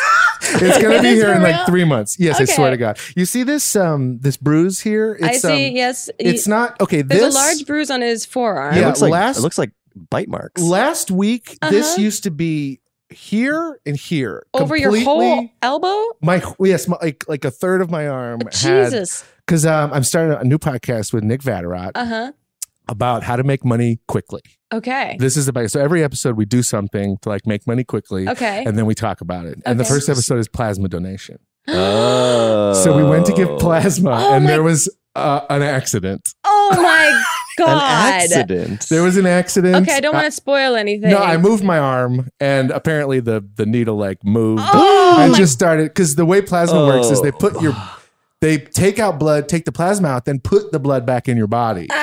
E: It's it's gonna
H: Is
E: be
H: this
E: here
H: for
E: in
H: real?
E: like three months. Yes, I swear
H: Okay.
E: to God. You see this um this bruise here?
H: I
E: It's,
H: see.
E: Um,
H: yes.
E: It's not okay.
H: There's
E: this
H: a large bruise on his forearm.
C: It
E: Yeah,
C: looks like
E: last-
C: it looks like bite marks.
E: last week. This
H: Uh-huh.
E: used to be here and here
H: Over your whole
E: Completely-
H: elbow?
E: My yes, my, like like a third of my arm. had
H: Jesus.
E: because um, I'm starting a new podcast with Nick Vatterott
H: Uh huh.
E: about how to make money quickly.
H: Okay.
E: This is about so every episode we do something to like make money quickly,
H: Okay.
E: and then we talk about it. And the
H: Okay.
E: first episode is plasma donation. uh,
C: Oh.
E: So we went to give plasma,
H: Oh
E: and
H: my-
E: there was uh, an accident.
H: oh my
C: An
H: God.
C: accident.
E: There was an accident. Uh,
H: Okay. I don't want to spoil anything.
E: No, I moved my arm, and apparently the the needle like moved.
H: Oh
E: I
H: my- Oh.
E: just started because the way plasma works is they put your they take out blood, take the plasma out, then put the blood back in your body.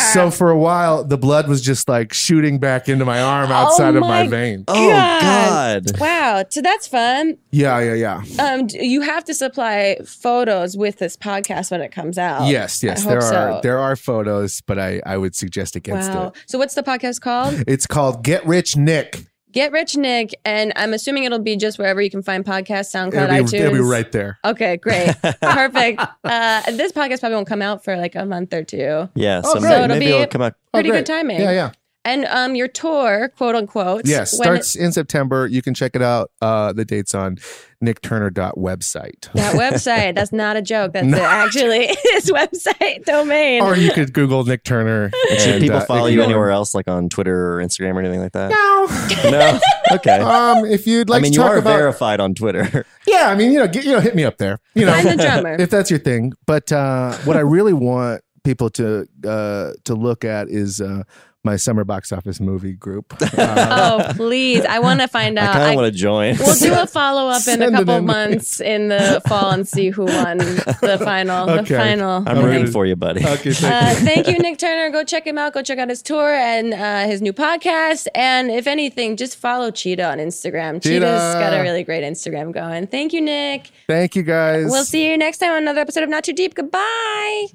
H: Ah.
E: So for a while, the blood was just like shooting back into my arm outside of
H: Oh my
E: my vein.
C: Oh
H: God.
C: God.
H: Wow, so that's fun.
E: Yeah, yeah, yeah.
H: Um, d- you have to supply photos with this podcast when it comes out.
E: yes, yes.
H: Oh, hope
E: There are
H: so.
E: there are photos, but I I would suggest against
H: Wow. So what's the podcast called?
E: it. It's called Get Rich Nick.
H: Get Rich Nick, and I'm assuming it'll be just wherever you can find podcasts, SoundCloud,
E: It'll
H: iTunes.
E: be, it'll be right there.
H: Okay, great, perfect. Uh, this podcast probably won't come out for like a month or two.
C: Yeah.
E: Oh,
C: So
E: great.
C: maybe,
E: So
H: it'll
C: maybe
H: be-
C: it'll come out.
E: Oh,
H: Pretty
E: great.
H: good timing.
E: Yeah, yeah.
H: And um, your tour, quote unquote.
E: Yes,
H: when it-
E: starts in September. You can check it out. Uh, the dates on nickturner.website.
H: that website. That's not a joke. That's it, actually his website domain.
E: Or you could Google Nick Turner.
C: And should people
E: uh,
C: follow
E: it-
C: you anywhere else, like on Twitter or Instagram or anything like that?
E: No.
C: No. Okay.
E: Um, if you'd like
C: I mean,
E: to
C: you
E: talk
C: are
E: about,
C: verified on Twitter.
E: yeah, I mean, you know, get, you know, hit me up there. You know,
H: Find the drummer.
E: if that's your thing. But uh, what I really want people to uh, to look at is uh, my summer box office movie group. Uh,
H: oh please, I want to find
C: I
H: out.
C: kind
H: Uh, I-
C: of want to join.
H: We'll do a follow up in
E: Send
H: a
E: it
H: couple
E: in.
H: months in the fall and see who won the final. The
E: Okay.
H: final.
C: I'm
E: I'm
C: rooting
E: gonna-
C: for you, buddy.
E: okay, thank
H: Uh,
E: you.
H: thank you, Nick Turner. Go check him out. Go check out his tour and uh, his new podcast. And if anything, just follow Cheetah on Instagram. Cheetah. has got a really great Instagram going. Thank you, Nick.
E: Thank you guys.
H: We'll see you next time on another episode of Not Too Deep. Goodbye.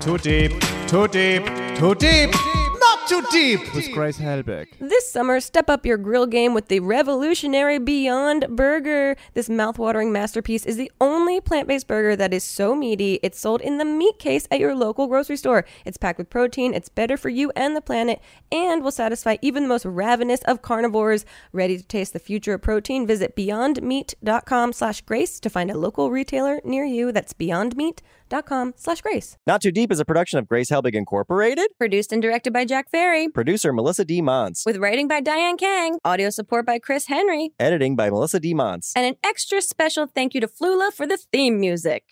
F: Too deep, too deep, too deep.
B: Not too deep.
F: With Grace Helbig.
A: This summer, step up your grill game with the revolutionary Beyond Burger. This mouthwatering masterpiece is the only plant based burger that is so meaty. It's sold in the meat case at your local grocery store. It's packed with protein, it's better for you and the planet, and will satisfy even the most ravenous of carnivores. Ready to taste the future of protein? Visit beyondmeat.com slash grace to find a local retailer near you. That's beyondmeat.com slash grace.
C: Not Too Deep is a production of Grace Helbig Incorporated.
H: Produced and directed by Jack Ferry,
C: Producer Melissa D. Monts.
H: with writing by Diane Kang, audio support by Chris Henry,
C: Editing by Melissa D. Monts.
H: and an extra special thank you to Flula for the theme music.